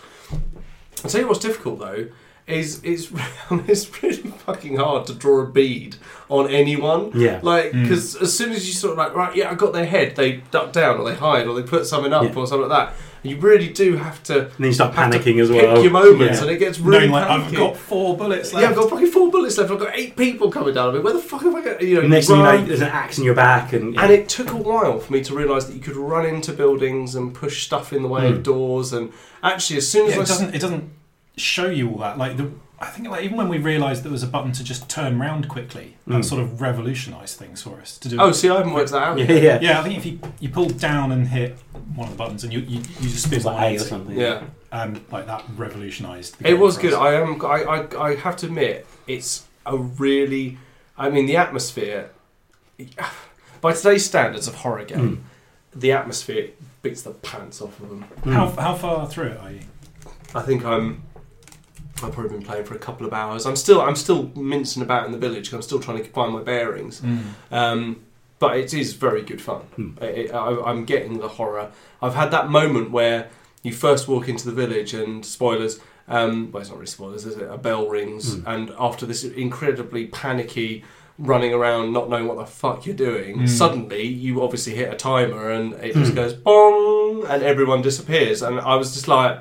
[SPEAKER 2] I'll tell you what's difficult though is it's it's really fucking hard to draw a bead on anyone.
[SPEAKER 3] Yeah.
[SPEAKER 2] Like,
[SPEAKER 1] Mm.
[SPEAKER 2] because as soon as you sort of like, right, yeah, I got their head, they duck down or they hide or they put something up
[SPEAKER 3] Yeah.
[SPEAKER 2] or something like that. You really do have to
[SPEAKER 3] And then you start
[SPEAKER 2] have to
[SPEAKER 3] panicking as
[SPEAKER 2] pick
[SPEAKER 3] well.
[SPEAKER 2] your moments,
[SPEAKER 1] Yeah.
[SPEAKER 2] and it gets really
[SPEAKER 1] Knowing like I've
[SPEAKER 2] panicky.
[SPEAKER 1] got four bullets left.
[SPEAKER 2] Yeah, I've got fucking four bullets left. I've got eight people coming down at me. Where the fuck have I got? You know,
[SPEAKER 3] Next thing you know,
[SPEAKER 2] run.
[SPEAKER 3] there's an axe in your back, and,
[SPEAKER 2] And it took a while for me to realise that you could run into buildings and push stuff in the way
[SPEAKER 3] Mm.
[SPEAKER 2] of doors. And actually, as soon as
[SPEAKER 1] Yeah,
[SPEAKER 2] I
[SPEAKER 1] it
[SPEAKER 2] s-
[SPEAKER 1] doesn't it doesn't show you all that. Like the, I think like even when we realised there was a button to just turn round quickly, that
[SPEAKER 3] Mm.
[SPEAKER 1] sort of revolutionised things for us to do.
[SPEAKER 2] oh, see, I haven't worked that out.
[SPEAKER 3] yeah, yeah.
[SPEAKER 1] yeah, I think if you you pull down and hit one of the buttons and you you, you just spin
[SPEAKER 3] It's like A or
[SPEAKER 1] 180,
[SPEAKER 3] something.
[SPEAKER 2] Yeah,
[SPEAKER 1] and like that revolutionised. the
[SPEAKER 2] it
[SPEAKER 1] game
[SPEAKER 2] was
[SPEAKER 1] for
[SPEAKER 2] good.
[SPEAKER 1] us.
[SPEAKER 2] I am. I, I. I have to admit, it's a really. I mean, the atmosphere. By today's standards of horror game,
[SPEAKER 3] Mm.
[SPEAKER 2] the atmosphere beats the pants off of them.
[SPEAKER 3] Mm.
[SPEAKER 1] How how far through it are you?
[SPEAKER 2] I think I'm. I've probably been playing for a couple of hours. I'm still. I'm still mincing about in the village. 'cause I'm still trying to find my bearings.
[SPEAKER 1] Mm.
[SPEAKER 2] Um, but it is very good fun.
[SPEAKER 3] Hmm.
[SPEAKER 2] It, I, I'm getting the horror. I've had that moment where you first walk into the village, and spoilers. Um, well, it's not really spoilers, is it? A bell rings,
[SPEAKER 3] Hmm.
[SPEAKER 2] and after this incredibly panicky running around, not knowing what the fuck you're doing,
[SPEAKER 1] Hmm.
[SPEAKER 2] suddenly you obviously hit a timer, and it just
[SPEAKER 3] Hmm.
[SPEAKER 2] goes bong, and everyone disappears. And I was just like,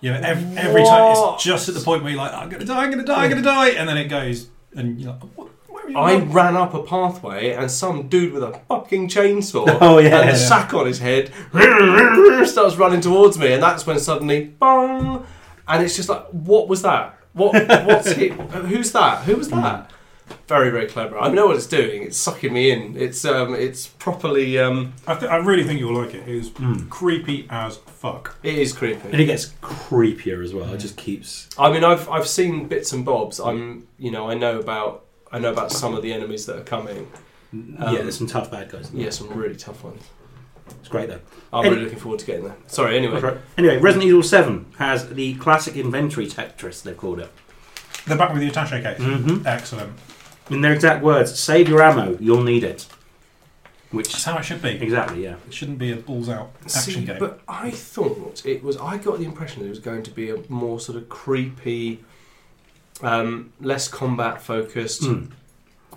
[SPEAKER 1] Yeah, but every, every time
[SPEAKER 2] What?
[SPEAKER 1] it's just at the point where you're like, I'm gonna die, I'm gonna die, I'm gonna die, and then it goes, and you're like, what? Where are you
[SPEAKER 2] I
[SPEAKER 1] going?
[SPEAKER 2] ran up a pathway, and some dude with a fucking chainsaw
[SPEAKER 3] Oh yeah.
[SPEAKER 2] and the
[SPEAKER 1] yeah.
[SPEAKER 2] sack on his head starts running towards me, and that's when suddenly, bong, and it's just like, what was that? What? What's he? Who's that? Who was that? Very, very clever. I know what it's doing. It's sucking me in. It's um, it's properly um,
[SPEAKER 1] I, th- I really think you'll like it. It was
[SPEAKER 3] Mm.
[SPEAKER 1] creepy as fuck.
[SPEAKER 2] it is
[SPEAKER 3] And
[SPEAKER 2] creepy.
[SPEAKER 3] it gets creepier as well. It just keeps.
[SPEAKER 2] I mean, I've I've seen bits and bobs. I'm, you know, I know about I know about some of the enemies that are coming.
[SPEAKER 3] um, yeah, there's some tough bad guys. in there.
[SPEAKER 2] Yeah, some really tough ones.
[SPEAKER 3] It's great though.
[SPEAKER 2] I'm
[SPEAKER 3] Any-
[SPEAKER 2] really looking forward to getting there. Sorry. Anyway,
[SPEAKER 3] Right. Anyway, Resident Evil 7 has the classic inventory Tetris, they've called it.
[SPEAKER 1] They're back with the attaché case.
[SPEAKER 2] Mm.
[SPEAKER 3] Mm-hmm.
[SPEAKER 1] Excellent.
[SPEAKER 3] In their exact words, save your ammo, you'll need it.
[SPEAKER 1] That's
[SPEAKER 3] Which.
[SPEAKER 1] how it should be.
[SPEAKER 3] Exactly, yeah.
[SPEAKER 1] It shouldn't be a balls out action
[SPEAKER 2] See,
[SPEAKER 1] game.
[SPEAKER 2] but I thought it was. I got the impression it was going to be a more sort of creepy, um, less combat focused.
[SPEAKER 1] Hmm.
[SPEAKER 3] Mm.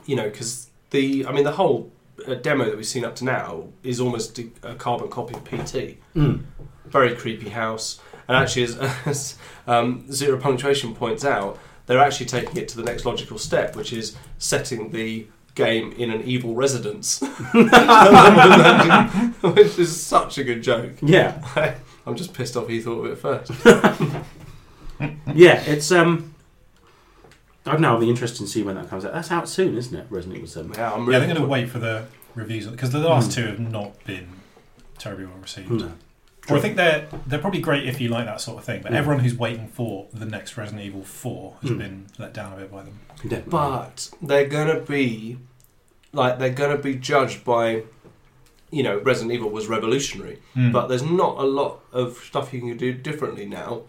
[SPEAKER 2] You know, because the. I mean, the whole uh, demo that we've seen up to now is almost a a carbon copy of PT.
[SPEAKER 3] Mm.
[SPEAKER 2] Very creepy house, and actually, as, as um, Zero Punctuation points out, they're actually taking it to the next logical step, which is setting the game in an evil residence, which is such a good joke.
[SPEAKER 3] Yeah,
[SPEAKER 2] I'm just pissed off he thought of it first.
[SPEAKER 3] yeah, it's. um. I don't know, I'll be interested to see when that comes out. That's out soon, isn't it? Resident Evil 7.
[SPEAKER 2] Yeah, I'm
[SPEAKER 1] yeah,
[SPEAKER 2] really
[SPEAKER 1] they're going to wait for the reviews because the
[SPEAKER 2] Mm.
[SPEAKER 1] last two have not been terribly well received.
[SPEAKER 3] No.
[SPEAKER 1] Or I think they're they're probably great if you like that sort of thing. But
[SPEAKER 3] Mm.
[SPEAKER 1] everyone who's waiting for the next Resident Evil Four has
[SPEAKER 2] Hmm.
[SPEAKER 3] Mm.
[SPEAKER 1] been let down a bit by them.
[SPEAKER 3] Definitely.
[SPEAKER 2] But they're going to be, like, they're going to be judged by, you know, Resident Evil was revolutionary,
[SPEAKER 1] Mm.
[SPEAKER 2] Hmm. but there's not a lot of stuff you can do differently now.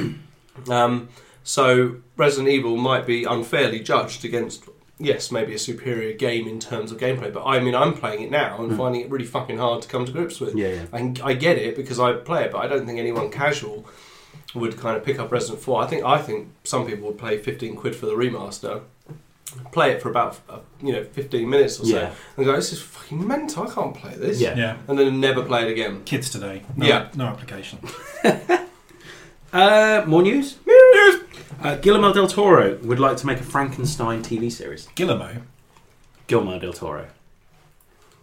[SPEAKER 2] um, so Resident Evil might be unfairly judged against, yes, maybe a superior game in terms of gameplay, but I mean, I'm playing it now
[SPEAKER 1] Hmm.
[SPEAKER 2] and
[SPEAKER 3] Mm.
[SPEAKER 2] finding it really fucking hard to come to grips with.
[SPEAKER 3] Yeah, yeah.
[SPEAKER 2] I, I get it because I play it, but I don't think anyone casual would kind of pick up Resident 4. I think I think some people would play 15 quid for the remaster, play it for about uh, you know 15 minutes or so,
[SPEAKER 3] Yeah.
[SPEAKER 2] and go, "This is fucking mental. I can't play this."
[SPEAKER 3] Yeah.
[SPEAKER 1] yeah,
[SPEAKER 2] And then never play it again.
[SPEAKER 1] kids today. No,
[SPEAKER 2] Yeah.
[SPEAKER 1] no application.
[SPEAKER 3] Uh, more news? Uh, Guillermo del Toro would like to make a Frankenstein TV series.
[SPEAKER 1] Guillermo,
[SPEAKER 3] Guillermo del Toro.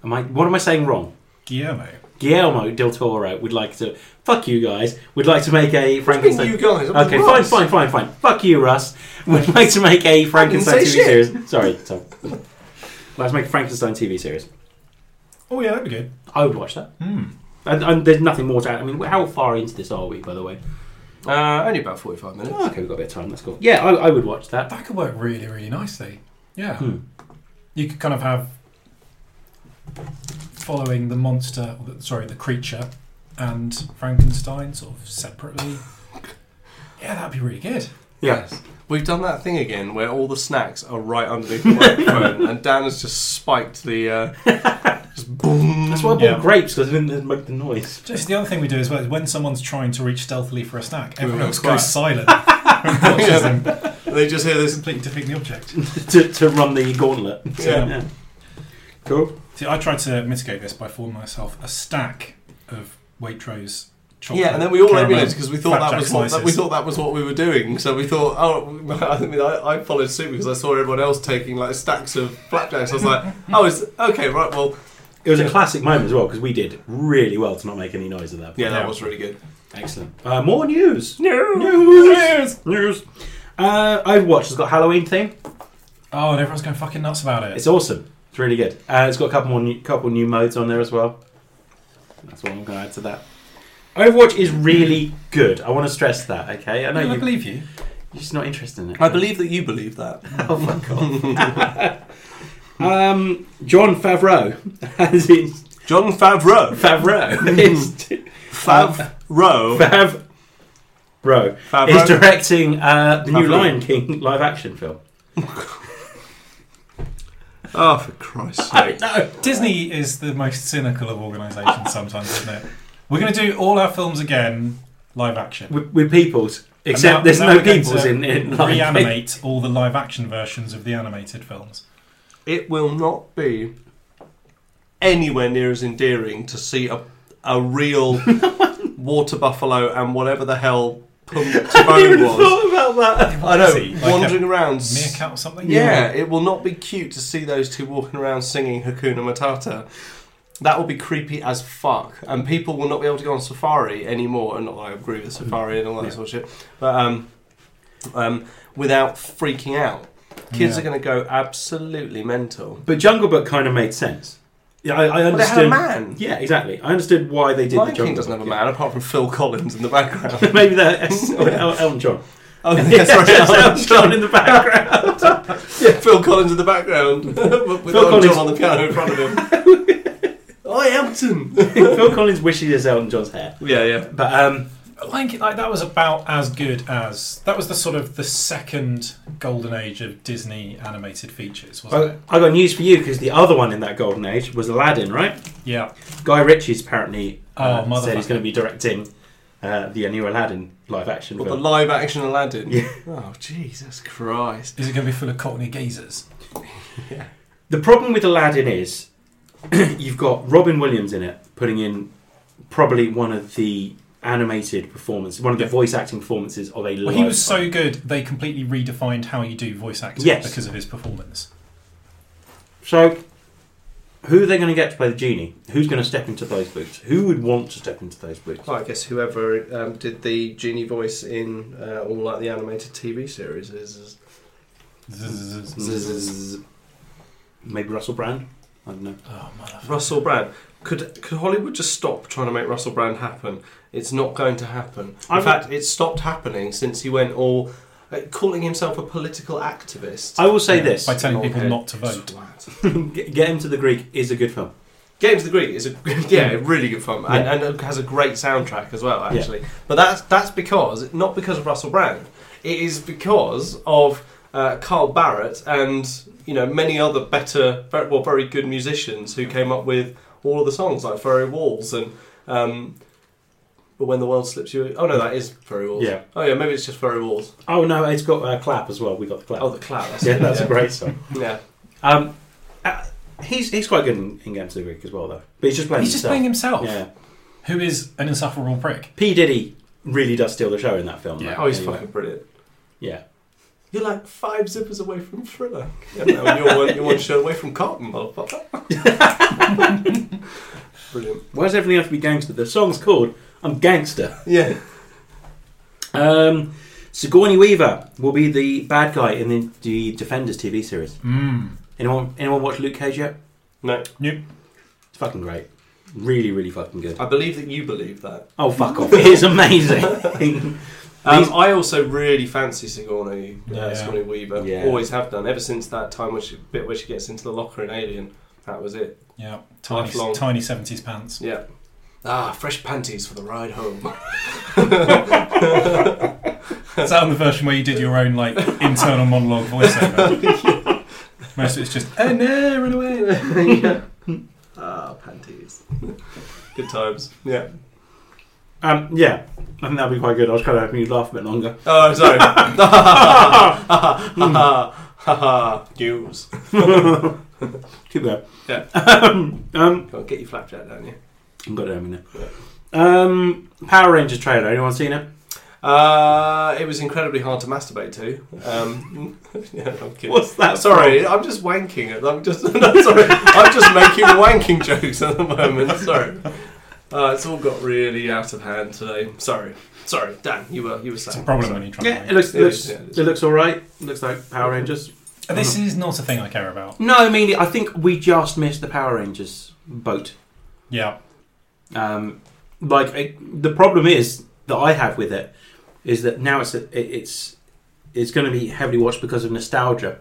[SPEAKER 3] Am I? What am I saying wrong?
[SPEAKER 1] Guillermo.
[SPEAKER 3] Guillermo del Toro would like to. Fuck you guys. Would like to make a
[SPEAKER 2] What do you
[SPEAKER 3] Frankenstein.
[SPEAKER 2] mean, you guys? I'm
[SPEAKER 3] Okay, fine,
[SPEAKER 2] Ross.
[SPEAKER 3] fine, fine, fine. Fuck you, Russ. Would like to make a Frankenstein
[SPEAKER 2] I
[SPEAKER 3] TV
[SPEAKER 2] didn't say
[SPEAKER 3] series. Sorry, Tom. Let's make a Frankenstein TV series.
[SPEAKER 1] Oh yeah, that'd be good.
[SPEAKER 3] I would watch that.
[SPEAKER 1] Mm.
[SPEAKER 3] And, and there's nothing more to add. I mean, how far into this are we, by the way?
[SPEAKER 2] Uh, only about 45 minutes.
[SPEAKER 3] Oh, okay, we've got a bit of time. That's cool. Yeah, I, I would watch that.
[SPEAKER 1] That could work really, really nicely. Yeah,
[SPEAKER 3] Hmm.
[SPEAKER 1] you could kind of have following the monster, or the, sorry, the creature, and Frankenstein sort of separately. Yeah, that'd be really good.
[SPEAKER 2] Yes. We've done that thing again where all the snacks are right underneath the microphone, and Dan has just spiked the. Uh, just boom.
[SPEAKER 3] That's why I bought
[SPEAKER 1] Yeah.
[SPEAKER 3] grapes because I didn't make the noise.
[SPEAKER 1] Just the other thing we do as well is when someone's trying to reach stealthily for a snack,
[SPEAKER 2] We
[SPEAKER 1] everyone
[SPEAKER 2] go
[SPEAKER 1] else
[SPEAKER 2] quiet.
[SPEAKER 1] goes silent. watches them
[SPEAKER 2] they just hear this.
[SPEAKER 1] complete defeating the object.
[SPEAKER 3] to, to run the gauntlet.
[SPEAKER 2] Yeah.
[SPEAKER 3] Yeah. Cool.
[SPEAKER 1] See, I tried to mitigate this by forming myself a stack of Waitrose chocolate.
[SPEAKER 2] Yeah, and then we all
[SPEAKER 1] caramel
[SPEAKER 2] emulated because we thought that
[SPEAKER 1] flapjack
[SPEAKER 2] was what, that, we
[SPEAKER 1] slices.
[SPEAKER 2] thought that was what we were doing. So we thought, oh, I mean, I, I followed suit because I saw everyone else taking like stacks of flapjacks. I was like, oh, it's okay, right? Well,
[SPEAKER 3] It was a classic moment as well because we did really well to not make any noise at that. point.
[SPEAKER 2] yeah, that
[SPEAKER 1] Yeah.
[SPEAKER 2] was really good.
[SPEAKER 3] Excellent. Uh, more news.
[SPEAKER 1] Who
[SPEAKER 3] News.
[SPEAKER 1] cares?
[SPEAKER 3] News. Uh, Overwatch has got a Halloween theme.
[SPEAKER 1] Oh, and everyone's going fucking nuts about it.
[SPEAKER 3] It's awesome. It's really good. Uh, it's got a couple more new, couple new modes on there as well. That's what I'm going to add to that. Overwatch is really good. I want to stress that. Okay, I know
[SPEAKER 1] I
[SPEAKER 3] you, you're
[SPEAKER 1] believe you.
[SPEAKER 3] just not interested in it.
[SPEAKER 2] I believe that you believe that.
[SPEAKER 3] Oh fuck off. um, John Favreau has in
[SPEAKER 2] John Favreau.
[SPEAKER 3] Favreau is
[SPEAKER 2] Favreau.
[SPEAKER 3] Favreau is
[SPEAKER 2] Favreau.
[SPEAKER 3] directing uh, the new
[SPEAKER 2] Favreau.
[SPEAKER 3] Lion King live action film.
[SPEAKER 2] Oh, for Christ's sake.
[SPEAKER 3] know.
[SPEAKER 1] Disney is the most cynical of organisations sometimes, isn't it? We're going to do all our films again, live action.
[SPEAKER 3] With, with peoples,
[SPEAKER 1] And
[SPEAKER 3] except
[SPEAKER 1] now-
[SPEAKER 3] there's
[SPEAKER 1] now
[SPEAKER 3] no
[SPEAKER 1] we're going
[SPEAKER 3] peoples
[SPEAKER 1] to
[SPEAKER 3] in, in Lion King.
[SPEAKER 1] Reanimate all the live action versions of the animated films.
[SPEAKER 2] It will not be anywhere near as endearing to see a, a real water buffalo and whatever the hell Pum
[SPEAKER 3] I
[SPEAKER 2] Timon
[SPEAKER 3] even
[SPEAKER 2] was.
[SPEAKER 3] thought about
[SPEAKER 2] I
[SPEAKER 3] that.
[SPEAKER 1] What is
[SPEAKER 2] know,
[SPEAKER 1] he, like
[SPEAKER 2] wandering around.
[SPEAKER 1] a
[SPEAKER 2] s-
[SPEAKER 1] meerkat or something.
[SPEAKER 2] Yeah, it will not be cute to see those two walking around singing Hakuna Matata. That will be creepy as fuck, and people will not be able to go on safari anymore. And not that I agree with safari and all that
[SPEAKER 3] Yeah.
[SPEAKER 2] sort of shit, but um, um, without freaking out, kids
[SPEAKER 1] Yeah.
[SPEAKER 2] are going to go absolutely mental.
[SPEAKER 3] But Jungle Book kind of made sense. Yeah, I, I
[SPEAKER 2] But it had a
[SPEAKER 3] understood.
[SPEAKER 2] man.
[SPEAKER 3] Yeah, exactly. I understood why they did
[SPEAKER 2] Lion
[SPEAKER 3] the
[SPEAKER 2] King
[SPEAKER 3] Jungle
[SPEAKER 2] doesn't have a
[SPEAKER 3] Book,
[SPEAKER 2] man apart from Phil Collins in the background.
[SPEAKER 3] yeah. Maybe that's or El- Elton John.
[SPEAKER 2] oh,
[SPEAKER 3] Yeah,
[SPEAKER 2] yes, right,
[SPEAKER 3] it's
[SPEAKER 2] Elton
[SPEAKER 3] Elton John in the background.
[SPEAKER 2] Yeah, Phil Collins in the background with Elton
[SPEAKER 3] Collins.
[SPEAKER 2] John on the piano in front of him. Oi, Elton.
[SPEAKER 3] Phil Collins wishes he has Elton John's hair.
[SPEAKER 2] Yeah, yeah.
[SPEAKER 3] But um,
[SPEAKER 1] like like that was about as good as that was the sort of the second golden age of Disney animated features, wasn't
[SPEAKER 3] I,
[SPEAKER 1] it?
[SPEAKER 3] I got news for you because the other one in that golden age was Aladdin, right?
[SPEAKER 1] Yeah,
[SPEAKER 3] Guy Ritchie's apparently uh,
[SPEAKER 1] Oh,
[SPEAKER 3] said he's
[SPEAKER 1] motherfucker.
[SPEAKER 3] going to be directing uh, the new Aladdin live action
[SPEAKER 2] Well, the
[SPEAKER 3] film.
[SPEAKER 2] live action Aladdin.
[SPEAKER 3] Yeah.
[SPEAKER 2] Oh, Jesus Christ.
[SPEAKER 1] is it going to be full of cockney geezers?
[SPEAKER 3] The problem with Aladdin is you've got Robin Williams in it, putting in probably one of the animated performances, one of the
[SPEAKER 1] Yeah.
[SPEAKER 3] voice acting performances of a.
[SPEAKER 1] Well, he
[SPEAKER 3] live
[SPEAKER 1] was so good they completely redefined how you do voice acting
[SPEAKER 3] Yes.
[SPEAKER 1] because of his performance.
[SPEAKER 3] So, who are they going to get to play the genie? Who's going to step into those boots? Who would want to step into those boots?
[SPEAKER 2] Well, I guess whoever um, did the genie voice in uh, all like the animated TV series is, is
[SPEAKER 1] Zzz.
[SPEAKER 3] Zzz. Maybe Russell Brand. I don't know.
[SPEAKER 1] Oh, motherfucker.
[SPEAKER 2] Russell Brand. Could could Hollywood just stop trying to make Russell Brand happen? It's not going to happen. In
[SPEAKER 3] I would-
[SPEAKER 2] fact, it's stopped happening since he went all uh, calling himself a political activist.
[SPEAKER 3] I will say
[SPEAKER 1] Yeah,
[SPEAKER 3] this:
[SPEAKER 1] by telling people
[SPEAKER 2] Okay.
[SPEAKER 1] not to vote.
[SPEAKER 3] Get Get Him to the Greek is a good film.
[SPEAKER 2] Games of the Greek is a yeah, really good film and,
[SPEAKER 3] Yeah.
[SPEAKER 2] and it has a great soundtrack as well
[SPEAKER 3] Yeah.
[SPEAKER 2] actually. But that's that's because not because of Russell Brand. It is because of uh, Carl Barrett and you know many other better very, well very good musicians who came up with all of the songs like Furry Walls and um, but when the world slips you oh no that is Furry Walls
[SPEAKER 3] Yeah.
[SPEAKER 2] oh yeah maybe it's just Furry Walls
[SPEAKER 3] Oh no, it's got uh, clap as well. We got the clap.
[SPEAKER 2] oh the cloud that's
[SPEAKER 3] yeah,
[SPEAKER 2] it,
[SPEAKER 3] that's
[SPEAKER 2] yeah.
[SPEAKER 3] a great song.
[SPEAKER 2] yeah
[SPEAKER 3] Um, uh, he's he's quite good in, in Get Him to the Greek as well, though. But he's just playing
[SPEAKER 1] He's just
[SPEAKER 3] himself.
[SPEAKER 1] playing himself,
[SPEAKER 3] Yeah,
[SPEAKER 1] who is an insufferable prick.
[SPEAKER 3] P Diddy really does steal the show in that film.
[SPEAKER 1] Yeah.
[SPEAKER 3] though.
[SPEAKER 2] oh he's
[SPEAKER 3] Anyway.
[SPEAKER 2] fucking brilliant.
[SPEAKER 3] Yeah,
[SPEAKER 2] You're like five zippers away from Thriller. Yeah, no, and you're one, you're one shirt away from Carton, motherfucker. Brilliant.
[SPEAKER 3] why does everything have to be gangster? The song's called "I'm Gangster."
[SPEAKER 2] Yeah.
[SPEAKER 3] Um, Sigourney Weaver will be the bad guy in the, the Defenders TV series.
[SPEAKER 1] Mm.
[SPEAKER 3] Anyone anyone watch Luke Cage yet?
[SPEAKER 2] No,
[SPEAKER 1] Nope.
[SPEAKER 3] It's fucking great. Really, really fucking good.
[SPEAKER 1] Uh,
[SPEAKER 2] I believe that you believe that.
[SPEAKER 3] Oh fuck off! It is amazing.
[SPEAKER 2] Um,
[SPEAKER 3] These-
[SPEAKER 2] I also really fancy Sigourney, uh,
[SPEAKER 1] Yeah.
[SPEAKER 2] Sigourney Weaver.
[SPEAKER 3] Yeah.
[SPEAKER 2] Always have done. Ever since that time when she, bit where she gets into the locker in Alien, that was it.
[SPEAKER 1] Yeah, tiny,
[SPEAKER 2] Lifelong.
[SPEAKER 1] tiny seventies pants.
[SPEAKER 2] Yeah. Ah, fresh panties for the ride home.
[SPEAKER 1] Is that on the version where you did your own like internal monologue voiceover? Most of it's just oh no, run away.
[SPEAKER 2] yeah. Ah, panties. Good times. Yeah.
[SPEAKER 3] Um, yeah, I think that'd be quite good. I was kind of hoping you'd laugh a bit longer.
[SPEAKER 2] Oh, sorry. News.
[SPEAKER 3] Keep going.
[SPEAKER 2] Yeah.
[SPEAKER 3] um,
[SPEAKER 2] Go on, get your flapjack down, yeah.
[SPEAKER 3] I've got it on me now. Um, Power Rangers trailer. Anyone seen it?
[SPEAKER 2] Uh, it was incredibly hard to masturbate to. Um, yeah, I'm kidding.
[SPEAKER 3] What's that?
[SPEAKER 2] Sorry, I'm just wanking. it. I'm just no, sorry. I'm just making wanking jokes at the moment. Sorry. Uh, it's all got really out of hand today. Sorry. Sorry, Dan. You were you were
[SPEAKER 1] It's a
[SPEAKER 2] saying.
[SPEAKER 1] problem
[SPEAKER 2] Sorry.
[SPEAKER 1] when you try.
[SPEAKER 3] Yeah,
[SPEAKER 1] and
[SPEAKER 3] it looks it
[SPEAKER 2] It
[SPEAKER 3] looks
[SPEAKER 2] is, yeah, it is.
[SPEAKER 3] it looks all right. It looks like Power Rangers.
[SPEAKER 1] make- This is not a thing I care about.
[SPEAKER 3] No, I mean I think we just missed the Power Rangers boat.
[SPEAKER 1] Yeah,
[SPEAKER 3] Um, like it, the problem is that I have with it is that now it's a, it, it's it's going to be heavily watched because of nostalgia,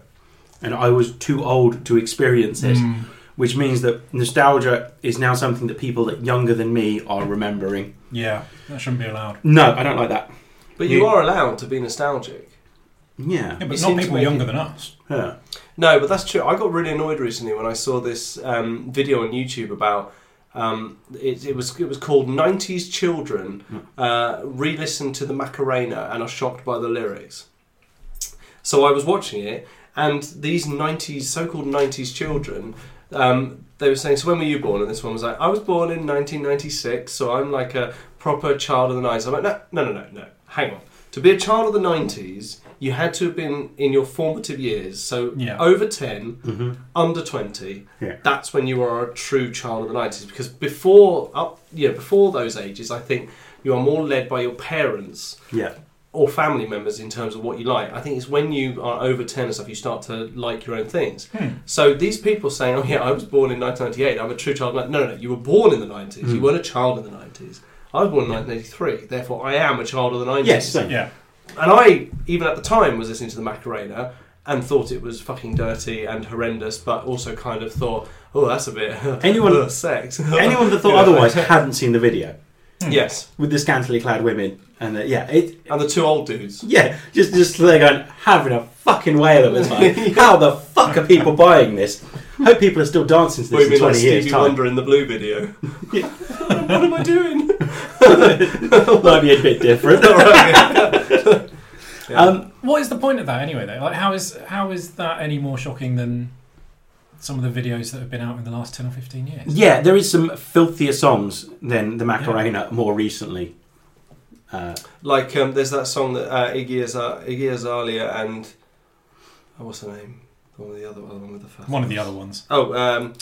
[SPEAKER 3] and I was too old to experience it,
[SPEAKER 1] Mm.
[SPEAKER 3] which means that nostalgia is now something that people that younger than me are remembering.
[SPEAKER 1] yeah, that shouldn't be allowed.
[SPEAKER 3] No, I don't like that.
[SPEAKER 2] But you
[SPEAKER 3] You-
[SPEAKER 2] are allowed to be nostalgic.
[SPEAKER 3] Yeah,
[SPEAKER 1] Yeah,
[SPEAKER 2] You
[SPEAKER 1] but
[SPEAKER 2] seem
[SPEAKER 1] not
[SPEAKER 2] to
[SPEAKER 1] people
[SPEAKER 2] make
[SPEAKER 1] younger
[SPEAKER 2] it-
[SPEAKER 1] than us.
[SPEAKER 3] yeah.
[SPEAKER 2] No, but that's true. I got really annoyed recently when I saw this um, video on YouTube about um, it, it was it was called "90s Children uh, Re-listen to the Macarena" and are shocked by the lyrics. So I was watching it, and these '90s so-called '90s children. Um, they were saying, so when were you born? And this one was like, I was born in 1996, so I'm like a proper child of the 90s. I'm like, no, no, no, no, no. Hang on. To be a child of the 90s, you had to have been in your formative years. So
[SPEAKER 1] Yeah.
[SPEAKER 2] over 10,
[SPEAKER 3] hmm
[SPEAKER 2] under 20
[SPEAKER 3] Yeah.
[SPEAKER 2] that's when you are a true child of the 90s because before up yeah before those ages i think you are more led by your parents
[SPEAKER 3] yeah,
[SPEAKER 2] or family members in terms of what you like i think it's when you are over 10 and stuff you start to like your own things
[SPEAKER 1] Hmm.
[SPEAKER 2] so these people saying oh yeah i was born in 1998 i'm a true child of the-" no no no you were born in the 90s you
[SPEAKER 3] Mm.
[SPEAKER 2] weren't a child in the 90s I was born in 1983, therefore I am a child of the 90s.
[SPEAKER 3] yes, same.
[SPEAKER 1] Yeah,
[SPEAKER 2] And I, even at the time, was listening to the Macarena and thought it was fucking dirty and horrendous, but also kind of thought, oh, that's a bit.
[SPEAKER 3] Anyone-
[SPEAKER 2] Ugh, sex.
[SPEAKER 3] Anyone that thought
[SPEAKER 2] Yeah.
[SPEAKER 3] otherwise hadn't seen the video
[SPEAKER 2] yes,
[SPEAKER 3] with the scantily clad women and the, yeah, it
[SPEAKER 2] and the two old dudes.
[SPEAKER 3] Yeah, just just they're going having a fucking whale of a time. How the fuck are people buying this? Hope people are still dancing to
[SPEAKER 2] What do
[SPEAKER 3] this
[SPEAKER 2] you mean, like
[SPEAKER 3] in twenty years
[SPEAKER 2] Stevie
[SPEAKER 3] time.
[SPEAKER 2] Wonder in the Blue video?
[SPEAKER 3] Yeah.
[SPEAKER 2] what am I doing?
[SPEAKER 3] Might be a bit different.
[SPEAKER 2] Yeah.
[SPEAKER 3] Um,
[SPEAKER 1] What is the point of that anyway? Though, like, how is how is that any more shocking than some of the videos that have been out in the last ten or fifteen years?
[SPEAKER 3] yeah, there is some filthier songs than the Macarena more recently. Uh,
[SPEAKER 2] like, um, there's that song that uh, Iggy, Aza- Iggy Azalea and. Oh, what's her name? One of the other one with the fat.
[SPEAKER 1] One of the other ones.
[SPEAKER 2] Oh, um,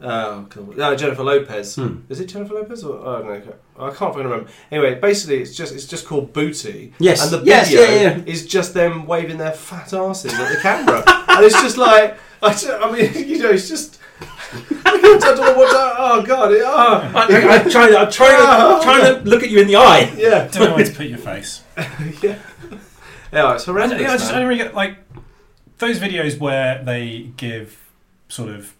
[SPEAKER 2] oh, God. Uh, Jennifer Lopez.
[SPEAKER 3] hmm.
[SPEAKER 2] Is it Jennifer Lopez or oh no? I can't fucking remember. Anyway, basically, it's just it's just called Booty,
[SPEAKER 3] Yes,
[SPEAKER 2] and the
[SPEAKER 3] yes,
[SPEAKER 2] video
[SPEAKER 3] yeah, yeah.
[SPEAKER 2] is just them waving their fat asses at the camera, and it's just like I, ju- I mean, you know, it's just I don't know what. To, oh god, it, oh,
[SPEAKER 3] I, I, I'm trying. I'm trying to, I'm trying to look at you in the eye.
[SPEAKER 2] yeah,
[SPEAKER 1] Don't know where to put your face.
[SPEAKER 2] yeah. Yeah, it's
[SPEAKER 1] I, don't-
[SPEAKER 2] horrendous.
[SPEAKER 1] yeah, I just I
[SPEAKER 2] man.
[SPEAKER 1] don't really get like those videos where they give sort of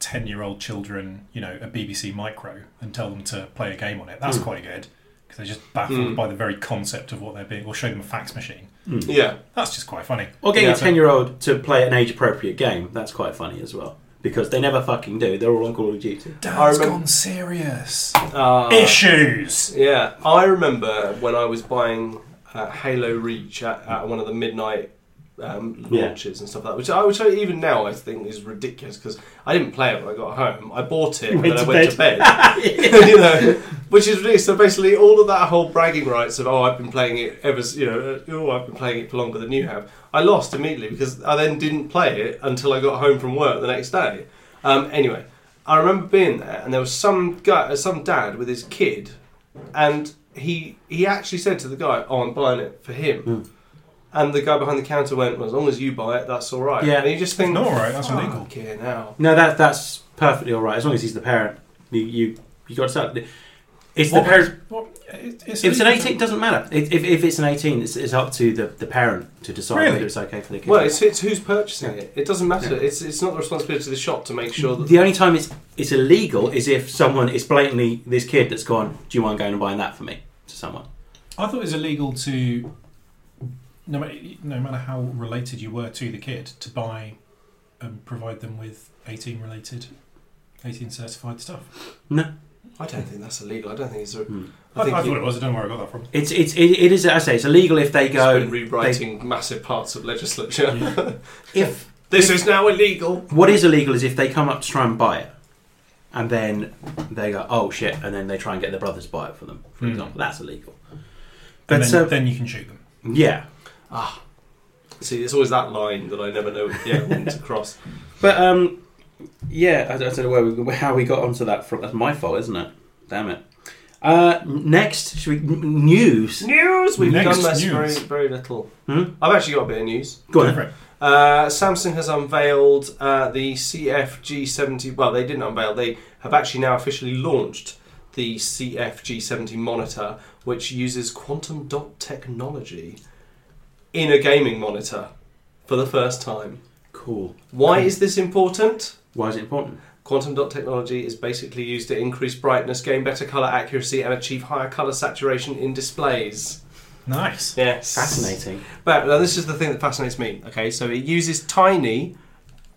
[SPEAKER 1] ten-year-old children, you know, a BBC Micro and tell them to play a game on it. That's
[SPEAKER 3] Mm.
[SPEAKER 1] quite good because they're just baffled
[SPEAKER 2] Mm.
[SPEAKER 1] by the very concept of what they're being, or show them a fax machine.
[SPEAKER 3] Hmm.
[SPEAKER 2] yeah,
[SPEAKER 1] That's just quite funny.
[SPEAKER 3] Or getting
[SPEAKER 2] Yeah.
[SPEAKER 3] a ten-year-old to play an age-appropriate game. That's quite funny as well because they never fucking do. They're all on Call of Duty.
[SPEAKER 1] Dad's
[SPEAKER 2] remember-
[SPEAKER 1] gone serious.
[SPEAKER 2] Ah.
[SPEAKER 1] Issues.
[SPEAKER 2] Yeah, I remember when I was buying uh, Halo Reach at, at one of the midnight um,
[SPEAKER 3] Yeah.
[SPEAKER 2] launches and stuff like that, which I which I, even now I think is ridiculous because I didn't play it when I got home. I bought it
[SPEAKER 3] You
[SPEAKER 2] and then I went
[SPEAKER 3] went
[SPEAKER 2] to
[SPEAKER 3] to
[SPEAKER 2] bed. you know, which is ridiculous. So basically, all of that whole bragging rights of oh I've been playing it ever s- you know uh, oh I've been playing it for longer than you have. I lost immediately because I then didn't play it until I got home from work the next day. Um, anyway, I remember being there, and there was some guy, uh, some dad with his kid, and he he actually said to the guy, "Oh, I'm buying it for him."
[SPEAKER 3] Mm.
[SPEAKER 2] And the guy behind the counter went, well, "As long as you buy it, that's all right."
[SPEAKER 3] Yeah.
[SPEAKER 2] and you just think,
[SPEAKER 1] not all right, that's
[SPEAKER 2] "Fuck
[SPEAKER 1] illegal."
[SPEAKER 2] Yeah, now.
[SPEAKER 3] No, that that's perfectly all right as long as he's the parent. You you, you got to start. It's
[SPEAKER 1] What-
[SPEAKER 3] the parent.
[SPEAKER 1] what- it-
[SPEAKER 3] If it's an
[SPEAKER 1] illegal.
[SPEAKER 3] eighteen, it doesn't matter. If, if, if it's an eighteen, it's, it's up to the, the parent to decide
[SPEAKER 1] Really?
[SPEAKER 3] whether it's okay for the kid.
[SPEAKER 2] Well, it's, it's who's purchasing
[SPEAKER 3] Yeah.
[SPEAKER 2] it. It doesn't matter. It's it's not the responsibility of the shop to make sure that.
[SPEAKER 3] the only time it's it's illegal is if someone is blatantly this kid that's gone. Do you mind going and buying that for me to someone?
[SPEAKER 1] I thought it was illegal to, no, ma- no matter how related you were to the kid, to buy and provide them with 18 related, 18 certified stuff.
[SPEAKER 3] No.
[SPEAKER 1] I
[SPEAKER 2] I don't think that's illegal. I don't think it's. A,
[SPEAKER 3] Hmm.
[SPEAKER 1] I,
[SPEAKER 2] I think
[SPEAKER 1] I
[SPEAKER 2] you-
[SPEAKER 1] thought it was. I don't know where I got that from.
[SPEAKER 3] It's it's it, it is. As I say it's illegal if they
[SPEAKER 2] it's
[SPEAKER 3] go.
[SPEAKER 2] been rewriting massive parts of legislature.
[SPEAKER 3] If
[SPEAKER 2] this is now illegal.
[SPEAKER 3] What is illegal is if they come up to try and buy it, and then they go, "Oh shit!" and then they try and get their brothers to buy it for them. For
[SPEAKER 1] Hmm.
[SPEAKER 3] example, that's illegal.
[SPEAKER 1] And
[SPEAKER 3] But
[SPEAKER 1] then,
[SPEAKER 2] uh,
[SPEAKER 3] so
[SPEAKER 1] then you can shoot them.
[SPEAKER 3] yeah,
[SPEAKER 2] Ah, see, it's always that line that I never know yeah, when to cross.
[SPEAKER 3] but um, yeah, I, don't- I don't know where we, how we got onto that from. That's my fault, isn't it? Damn it. Uh, next, should we n- news?
[SPEAKER 2] News. We've
[SPEAKER 1] Next
[SPEAKER 2] done this
[SPEAKER 1] news.
[SPEAKER 2] very very little.
[SPEAKER 3] Hmm?
[SPEAKER 2] I've actually got a bit of news.
[SPEAKER 3] Go on.
[SPEAKER 1] Go
[SPEAKER 3] then.
[SPEAKER 1] for it.
[SPEAKER 2] Uh, Samsung has unveiled uh, the CFG70. Well, they didn't unveil, they have actually now officially launched the CFG70 monitor, which uses quantum dot technology in a gaming monitor for the first time.
[SPEAKER 3] Cool.
[SPEAKER 2] Why is this important?
[SPEAKER 3] Why is it important?
[SPEAKER 2] Quantum dot technology is basically used to increase brightness, gain better color accuracy, and achieve higher color saturation in displays.
[SPEAKER 1] Nice.
[SPEAKER 2] Yes.
[SPEAKER 3] Fascinating.
[SPEAKER 2] But now this is the thing that fascinates me. Okay, so it uses tiny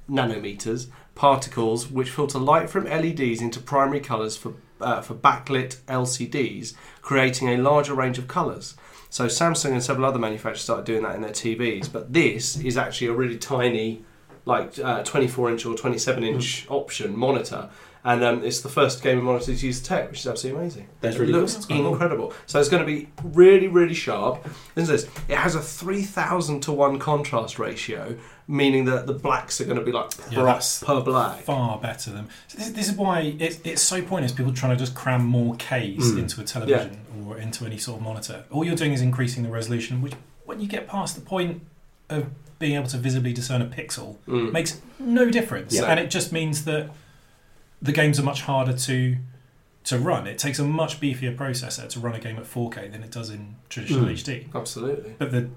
[SPEAKER 2] nanometers particles which filter light from LEDs into primary colours for uh, for backlit LCDs, creating a larger range of colours. So Samsung and several other manufacturers started doing that in their TVs, but this is actually a really tiny, like uh, 24 inch or 27 inch option monitor. And um, it's the first gaming monitor to use the tech, which is absolutely amazing.
[SPEAKER 3] That's
[SPEAKER 2] it
[SPEAKER 3] really
[SPEAKER 2] looks
[SPEAKER 1] cool. That's quite
[SPEAKER 2] incredible. So it's going to be really, really sharp. Listen to this. It has a 3,000 to 1 contrast ratio, meaning that the blacks are going to be like
[SPEAKER 1] Yeah, that's
[SPEAKER 2] proper black.
[SPEAKER 1] Far better than so this, this is why it's, it's so pointless. People trying to just cram more K's
[SPEAKER 2] Hmm.
[SPEAKER 3] Mm.
[SPEAKER 1] into a television or into any sort of monitor. All you're doing is increasing the resolution, which when you get past the point of being able to visibly discern a pixel,
[SPEAKER 2] Mm.
[SPEAKER 1] makes no difference,
[SPEAKER 2] Yeah.
[SPEAKER 1] and it just means that the games are much harder to to run. It takes a much beefier processor to run a game at 4K than it does in traditional
[SPEAKER 3] Mm.
[SPEAKER 1] HD.
[SPEAKER 2] Absolutely.
[SPEAKER 1] But the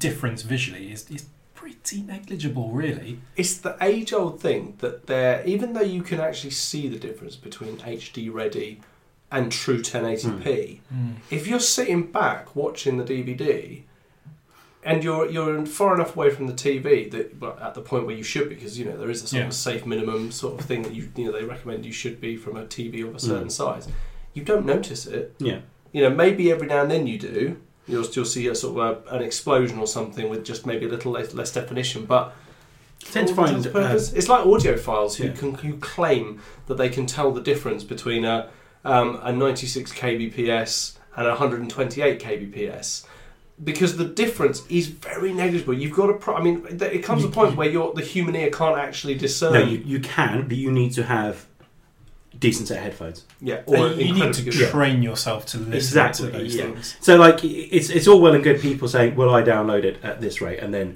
[SPEAKER 1] difference visually is, is pretty negligible, really.
[SPEAKER 2] It's the age old thing that there, even though you can actually see the difference between HD ready and true 1080p, if you're sitting back watching the DVD and you're you're far enough away from the TV that well, at the point where you should be because you know there is a sort
[SPEAKER 1] Yeah.
[SPEAKER 2] of safe minimum sort of thing that you you know they recommend you should be from a TV of a certain
[SPEAKER 3] Mm.
[SPEAKER 2] size, you don't notice it.
[SPEAKER 3] Yeah.
[SPEAKER 2] You know maybe every now and then you do. You'll still see a sort of a, an explosion or something with just maybe a little less, less definition, but
[SPEAKER 3] I tend to
[SPEAKER 2] for all intents and
[SPEAKER 3] find uh,
[SPEAKER 2] purposes- it's like audiophiles who
[SPEAKER 3] yeah.
[SPEAKER 2] can who claim that they can tell the difference between a um, a 96 kbps and a 128 kbps because the difference is very negligible. You've got to. Pro- I mean, th- it comes to a point where your the human ear can't actually discern.
[SPEAKER 1] Um,
[SPEAKER 3] no, you, you can, but you need to have decent set of headphones.
[SPEAKER 2] yeah,
[SPEAKER 1] And
[SPEAKER 2] or
[SPEAKER 1] you- you need
[SPEAKER 2] incredibly
[SPEAKER 1] to
[SPEAKER 2] good- Um,
[SPEAKER 1] train yourself to listen
[SPEAKER 3] Exactly,
[SPEAKER 1] to those
[SPEAKER 3] yeah.
[SPEAKER 1] things.
[SPEAKER 3] So like it's it's all well and good people saying, "Well, I download it at this rate," and then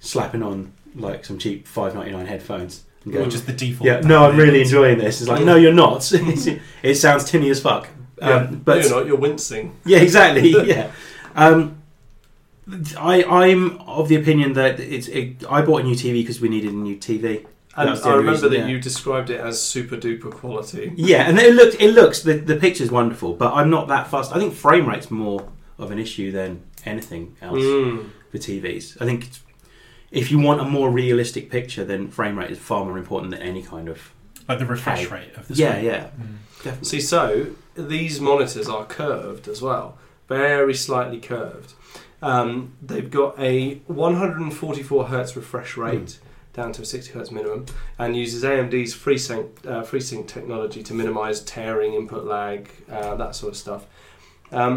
[SPEAKER 3] slapping on like some cheap five ninety nine headphones and
[SPEAKER 1] Or
[SPEAKER 3] going,
[SPEAKER 1] just the default.
[SPEAKER 3] "Yeah, no, I'm really enjoying this." It's like, no, you're not. it sounds tinny as fuck.
[SPEAKER 2] Yeah,
[SPEAKER 3] Um, but
[SPEAKER 2] you're not. You're wincing.
[SPEAKER 3] yeah, exactly. Yeah. Um, I I'm of the opinion that it's it, I bought a new TV because we needed a new TV.
[SPEAKER 2] And
[SPEAKER 3] That's the
[SPEAKER 2] I
[SPEAKER 3] only
[SPEAKER 2] remember
[SPEAKER 3] reason,
[SPEAKER 2] that
[SPEAKER 3] yeah.
[SPEAKER 2] you described it as super duper quality.
[SPEAKER 3] Yeah, and it looks it looks the the picture's wonderful, but I'm not that fussed. I think frame rate's more of an issue than anything else.
[SPEAKER 2] Mm.
[SPEAKER 3] for TVs. I think it's- if you want a more realistic picture, then frame rate is far more important than any kind of.
[SPEAKER 1] Like the refresh
[SPEAKER 3] Hey.
[SPEAKER 1] rate of the
[SPEAKER 3] Yeah,
[SPEAKER 1] screen.
[SPEAKER 3] yeah,
[SPEAKER 1] Mm.
[SPEAKER 3] definitely.
[SPEAKER 2] See, so these monitors are curved as well, very slightly curved. Um, they've got a 144 hertz refresh rate down to a 60 hertz minimum, and uses AMD's FreeSync uh, FreeSync technology to minimise tearing, input lag, uh, that sort of stuff. Um,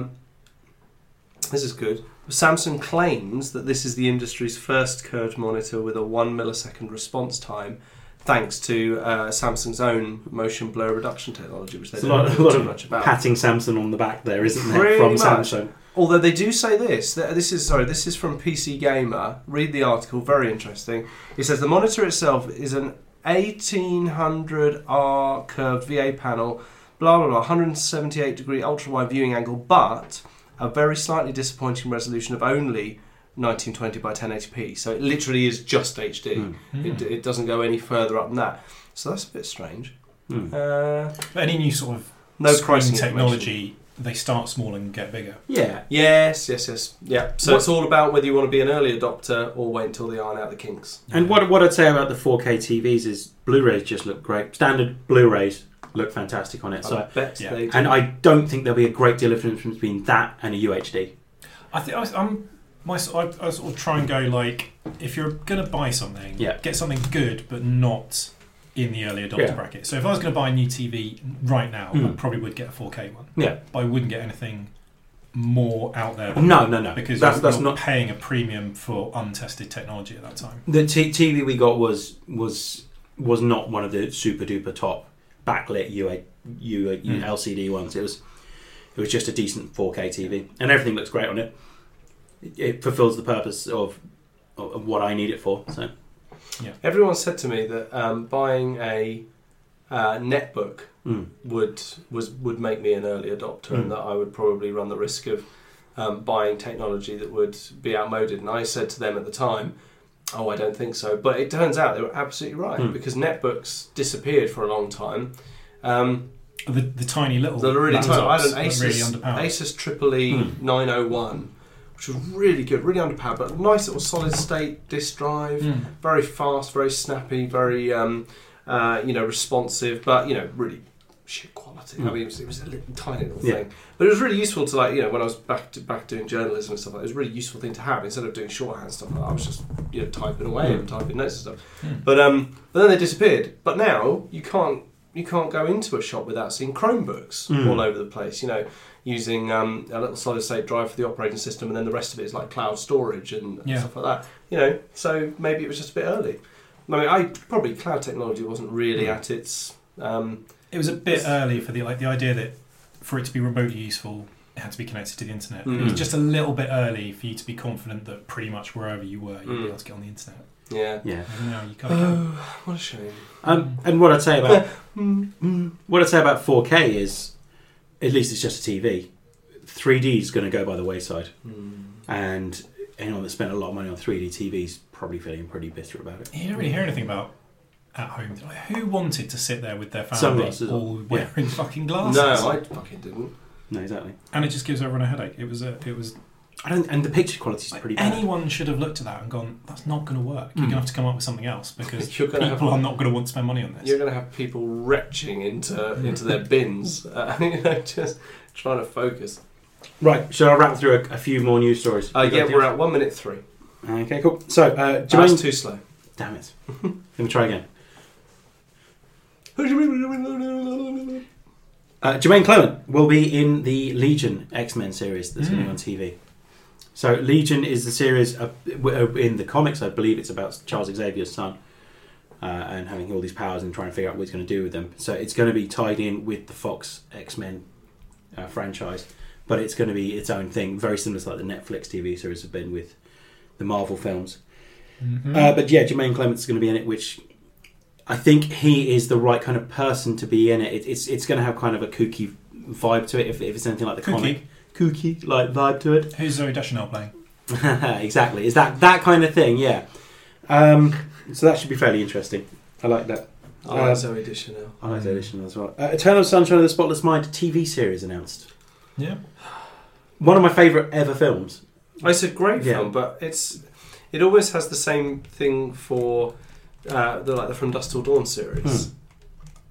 [SPEAKER 2] this is good. Samsung claims that this is the industry's first curved monitor with a one millisecond response time, thanks to uh, Samsung's own motion blur reduction technology, which they
[SPEAKER 3] It's a
[SPEAKER 2] don't
[SPEAKER 3] lot,
[SPEAKER 2] know
[SPEAKER 3] a lot
[SPEAKER 2] too
[SPEAKER 3] of
[SPEAKER 2] much about.
[SPEAKER 3] patting Samsung on the back there, isn't there?
[SPEAKER 2] Pretty
[SPEAKER 3] from
[SPEAKER 2] much.
[SPEAKER 3] Samsung.
[SPEAKER 2] Although they do say this, th- this is sorry, this is from PC Gamer. Read the article, very interesting. It says the monitor itself is an 1800R curved VA panel, blah blah blah, 178 degree ultra wide viewing angle, but a very slightly disappointing resolution of only 1920 by 1080p. So it literally is just HD.
[SPEAKER 3] Mm.
[SPEAKER 2] It,
[SPEAKER 1] Mm.
[SPEAKER 2] it doesn't go any further up than that. So that's a bit strange.
[SPEAKER 3] Mm.
[SPEAKER 2] Uh,
[SPEAKER 1] But any new sort of
[SPEAKER 2] no
[SPEAKER 1] screen
[SPEAKER 2] pricing information.
[SPEAKER 1] technology, they start small and get bigger.
[SPEAKER 3] Yeah,
[SPEAKER 2] Yes, yes, yes. Yeah. So
[SPEAKER 3] What-
[SPEAKER 2] it's all about whether you want to be an early adopter or wait until they iron out the kinks.
[SPEAKER 3] and what what I'd say about the 4K TVs is Blu-rays just look great. Standard Blu-rays look fantastic on it. So,
[SPEAKER 2] I bet
[SPEAKER 1] yeah.
[SPEAKER 2] they do.
[SPEAKER 3] and I don't think there'll be a great deal of difference between that and a UHD.
[SPEAKER 1] I think I was, I'm my s- I, I sort of try and go like if you're gonna buy something,
[SPEAKER 3] Yeah.
[SPEAKER 1] get something good, but not in the early adopter
[SPEAKER 3] Yeah.
[SPEAKER 1] bracket. So if I was gonna buy a new TV right now, I
[SPEAKER 3] Mm.
[SPEAKER 1] probably would get a 4K one.
[SPEAKER 3] Yeah.
[SPEAKER 1] but I wouldn't get anything more out there. than
[SPEAKER 3] No,
[SPEAKER 1] that
[SPEAKER 3] no, no.
[SPEAKER 1] because
[SPEAKER 3] that's
[SPEAKER 1] you're,
[SPEAKER 3] that's
[SPEAKER 1] you're
[SPEAKER 3] not
[SPEAKER 1] paying a premium for untested technology at that time.
[SPEAKER 3] the t- TV we got was was was not one of the super duper top backlit UA, UA,
[SPEAKER 1] Mm.
[SPEAKER 3] LCD ones. It was it was just a decent 4K TV, and everything looks great on it. It, it fulfills the purpose of, of what I need it for. So
[SPEAKER 2] Everyone said to me that um, buying a uh, netbook
[SPEAKER 3] mm.
[SPEAKER 2] would was would make me an early adopter,
[SPEAKER 3] Mm.
[SPEAKER 2] and that I would probably run the risk of um, buying technology that would be outmoded. And I said to them at the time, "Oh, I don't think so." But it turns out they were absolutely right
[SPEAKER 3] Mm.
[SPEAKER 2] because netbooks disappeared for a long time. Um,
[SPEAKER 1] The, the tiny little
[SPEAKER 2] The really
[SPEAKER 1] laptops
[SPEAKER 2] tiny- I had an
[SPEAKER 1] that
[SPEAKER 2] Asus-
[SPEAKER 1] really underpowered.
[SPEAKER 2] Asus Triple E
[SPEAKER 3] Mm.
[SPEAKER 2] nine hundred one, which was really good, really underpowered, but nice little solid state disk drive
[SPEAKER 1] Mm.
[SPEAKER 2] very fast, very snappy, very um, uh, you know responsive, but you know really shit quality. I
[SPEAKER 3] Mm.
[SPEAKER 2] mean, it was, it was a little, tiny little
[SPEAKER 3] Yeah.
[SPEAKER 2] thing, but it was really useful to like you know when I was back to, back doing journalism and stuff like that, it was a really useful thing to have instead of doing shorthand stuff. Like that, I was just you know typing away
[SPEAKER 3] Mm.
[SPEAKER 2] and typing notes and stuff.
[SPEAKER 1] Mm.
[SPEAKER 2] But um, but then they disappeared. But now you can't. You can't go into a shop without seeing Chromebooks
[SPEAKER 1] Hmm.
[SPEAKER 3] Mm.
[SPEAKER 2] all over the place. You know, using um, a little solid-state drive for the operating system, and then the rest of it is like cloud storage and
[SPEAKER 1] Yeah.
[SPEAKER 2] stuff like that you know, so maybe it was just a bit early. I mean, I probably cloud technology wasn't
[SPEAKER 1] Hmm.
[SPEAKER 2] really at its. Um,
[SPEAKER 1] It was a bit early for the like the idea that for it to be remotely useful, it had to be connected to the internet. It was
[SPEAKER 3] Mm.
[SPEAKER 1] just a little bit early for you to be confident that pretty much wherever you were, you'd
[SPEAKER 2] Mm.
[SPEAKER 1] be able to get on the internet.
[SPEAKER 2] yeah.
[SPEAKER 3] yeah.
[SPEAKER 1] And now you kind of
[SPEAKER 2] Oh, what a shame.
[SPEAKER 3] Um, and what I'd say about
[SPEAKER 2] Mm.
[SPEAKER 3] Mm, what I'd say about 4K is, at least it's just a TV. 3D is going to go by the wayside,
[SPEAKER 1] Hmm.
[SPEAKER 3] and anyone that spent a lot of money on 3D TVs probably feeling pretty bitter about it.
[SPEAKER 1] can. You don't really hear anything about at home. Like, who wanted to sit there with their family
[SPEAKER 3] Sunglasses on.
[SPEAKER 1] all wearing fucking glasses?
[SPEAKER 2] No, I fucking didn't.
[SPEAKER 3] No, exactly.
[SPEAKER 1] and it just gives everyone a headache. It was a, it was
[SPEAKER 3] I don't, and the picture quality is
[SPEAKER 1] like,
[SPEAKER 3] pretty bad.
[SPEAKER 1] anyone should have looked at that and gone, that's not going to work.
[SPEAKER 3] Mm.
[SPEAKER 1] You're going to have to come up with something else because
[SPEAKER 2] You're
[SPEAKER 1] people
[SPEAKER 2] gonna have-
[SPEAKER 1] are not going to want to spend money on this.
[SPEAKER 2] You're going to have people retching into into their bins, uh, you know, just trying to focus.
[SPEAKER 3] Right, shall I rattle through a, a few more news stories?
[SPEAKER 2] Uh,
[SPEAKER 3] You got
[SPEAKER 2] yeah,
[SPEAKER 3] anything
[SPEAKER 2] we're
[SPEAKER 3] else?
[SPEAKER 2] at one minute three.
[SPEAKER 3] Okay, cool. So, uh,
[SPEAKER 2] That was
[SPEAKER 3] Jermaine,
[SPEAKER 2] too slow.
[SPEAKER 3] damn it. Let me try again. Oh, Uh, Jermaine Clement will be in the Legion X Men series that's going to be
[SPEAKER 1] Mm.
[SPEAKER 3] on TV. So Legion is the series uh, w- uh, in the comics. I believe it's about Charles Xavier's son uh, and having all these powers and trying to figure out what he's going to do with them. So it's going to be tied in with the Fox X Men uh, franchise, but it's going to be its own thing, very similar to like the Netflix TV series have been with the Marvel films.
[SPEAKER 1] Mhm.
[SPEAKER 3] Uh, but yeah, Jermaine Clements is going to be in it, which I think he is the right kind of person to be in it. it it's it's going to have kind of a kooky vibe to it, if, if it's anything like the
[SPEAKER 1] Kooky.
[SPEAKER 3] comic. Kooky like vibe to it.
[SPEAKER 1] Who's Zoe Deschanel playing?
[SPEAKER 3] exactly. It's that that kind of thing, yeah. Um, so that should be fairly interesting. I like that.
[SPEAKER 2] I like
[SPEAKER 3] Uh,
[SPEAKER 2] Zoe Deschanel.
[SPEAKER 3] I like that addition as well. Uh, Eternal Sunshine of the Spotless Mind TV series announced.
[SPEAKER 1] Yeah.
[SPEAKER 3] One of my favourite ever films.
[SPEAKER 2] oh, It's a great
[SPEAKER 3] Yeah.
[SPEAKER 2] film, but it's it always has the same thing for uh, the like the From Dust Till Dawn
[SPEAKER 3] Hmm.
[SPEAKER 2] series.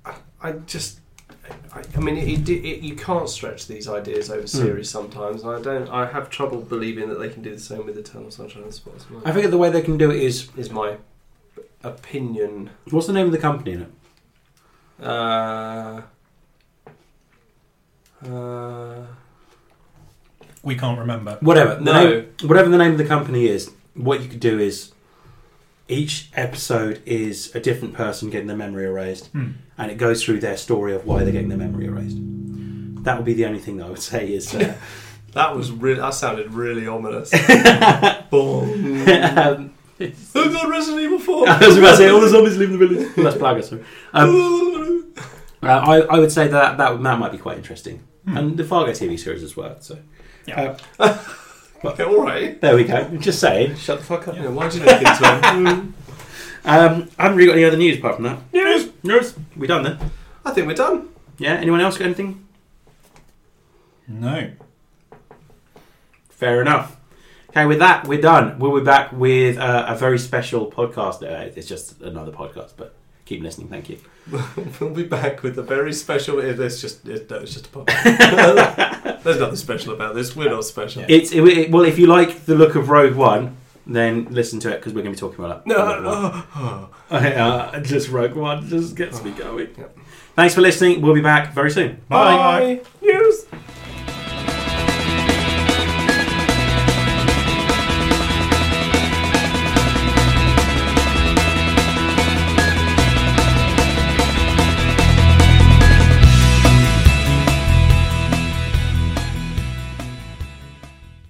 [SPEAKER 2] I, I just, I, I mean, it, it, it, you can't stretch these ideas
[SPEAKER 3] Hmm.
[SPEAKER 2] over series sometimes, and I don't. I have trouble believing that they can do the same with Eternal Sunshine of the Spotless Mind.
[SPEAKER 3] I think the way they can do it is
[SPEAKER 2] is my opinion.
[SPEAKER 3] what's the name of the company in it?
[SPEAKER 2] Uh, uh,
[SPEAKER 1] We can't remember.
[SPEAKER 3] Whatever. The
[SPEAKER 2] No.
[SPEAKER 3] name- whatever the name of the company is, what you could do is each episode is a different person getting their memory erased,
[SPEAKER 1] Hmm.
[SPEAKER 3] and it goes through their story of why they're getting their memory erased. That would be the only thing that I would say is. Uh,
[SPEAKER 2] that was really. That sounded really ominous. Boom.
[SPEAKER 3] um,
[SPEAKER 2] Who got Resident Evil 4?
[SPEAKER 3] I was about to say all the zombies leave the village. That's Plaga, sorry. Um, uh, I, I would say that that, that might be quite interesting,
[SPEAKER 1] Hmm.
[SPEAKER 3] and the Fargo TV series as well. So
[SPEAKER 2] okay, alright.
[SPEAKER 3] there we go. Just saying.
[SPEAKER 2] Shut the fuck up. Yeah, why'd you make it to
[SPEAKER 3] Um, I haven't really got any other news apart from that. News, news. We done then.
[SPEAKER 2] I think we're done.
[SPEAKER 3] Yeah. Anyone else got anything?
[SPEAKER 1] No.
[SPEAKER 3] Fair enough. Okay, with that, we're done. We'll be back with uh, a very special podcast. Uh, it's just another podcast, but Keep listening, thank you.
[SPEAKER 2] we'll be back with a very special. eh, There's just it, no, it's just a pop. There's nothing special about this. We're not special.
[SPEAKER 1] Yeah.
[SPEAKER 3] It's it, it- well, if you like the look of Rogue One, then listen to it because we're going to be talking about that.
[SPEAKER 2] No,
[SPEAKER 3] Rogue One.
[SPEAKER 2] oh, oh.
[SPEAKER 3] Okay, uh, just Rogue One just gets me going.
[SPEAKER 2] Yep.
[SPEAKER 3] Thanks for listening. We'll be back very soon.
[SPEAKER 2] Bye.
[SPEAKER 1] Bye.
[SPEAKER 2] News.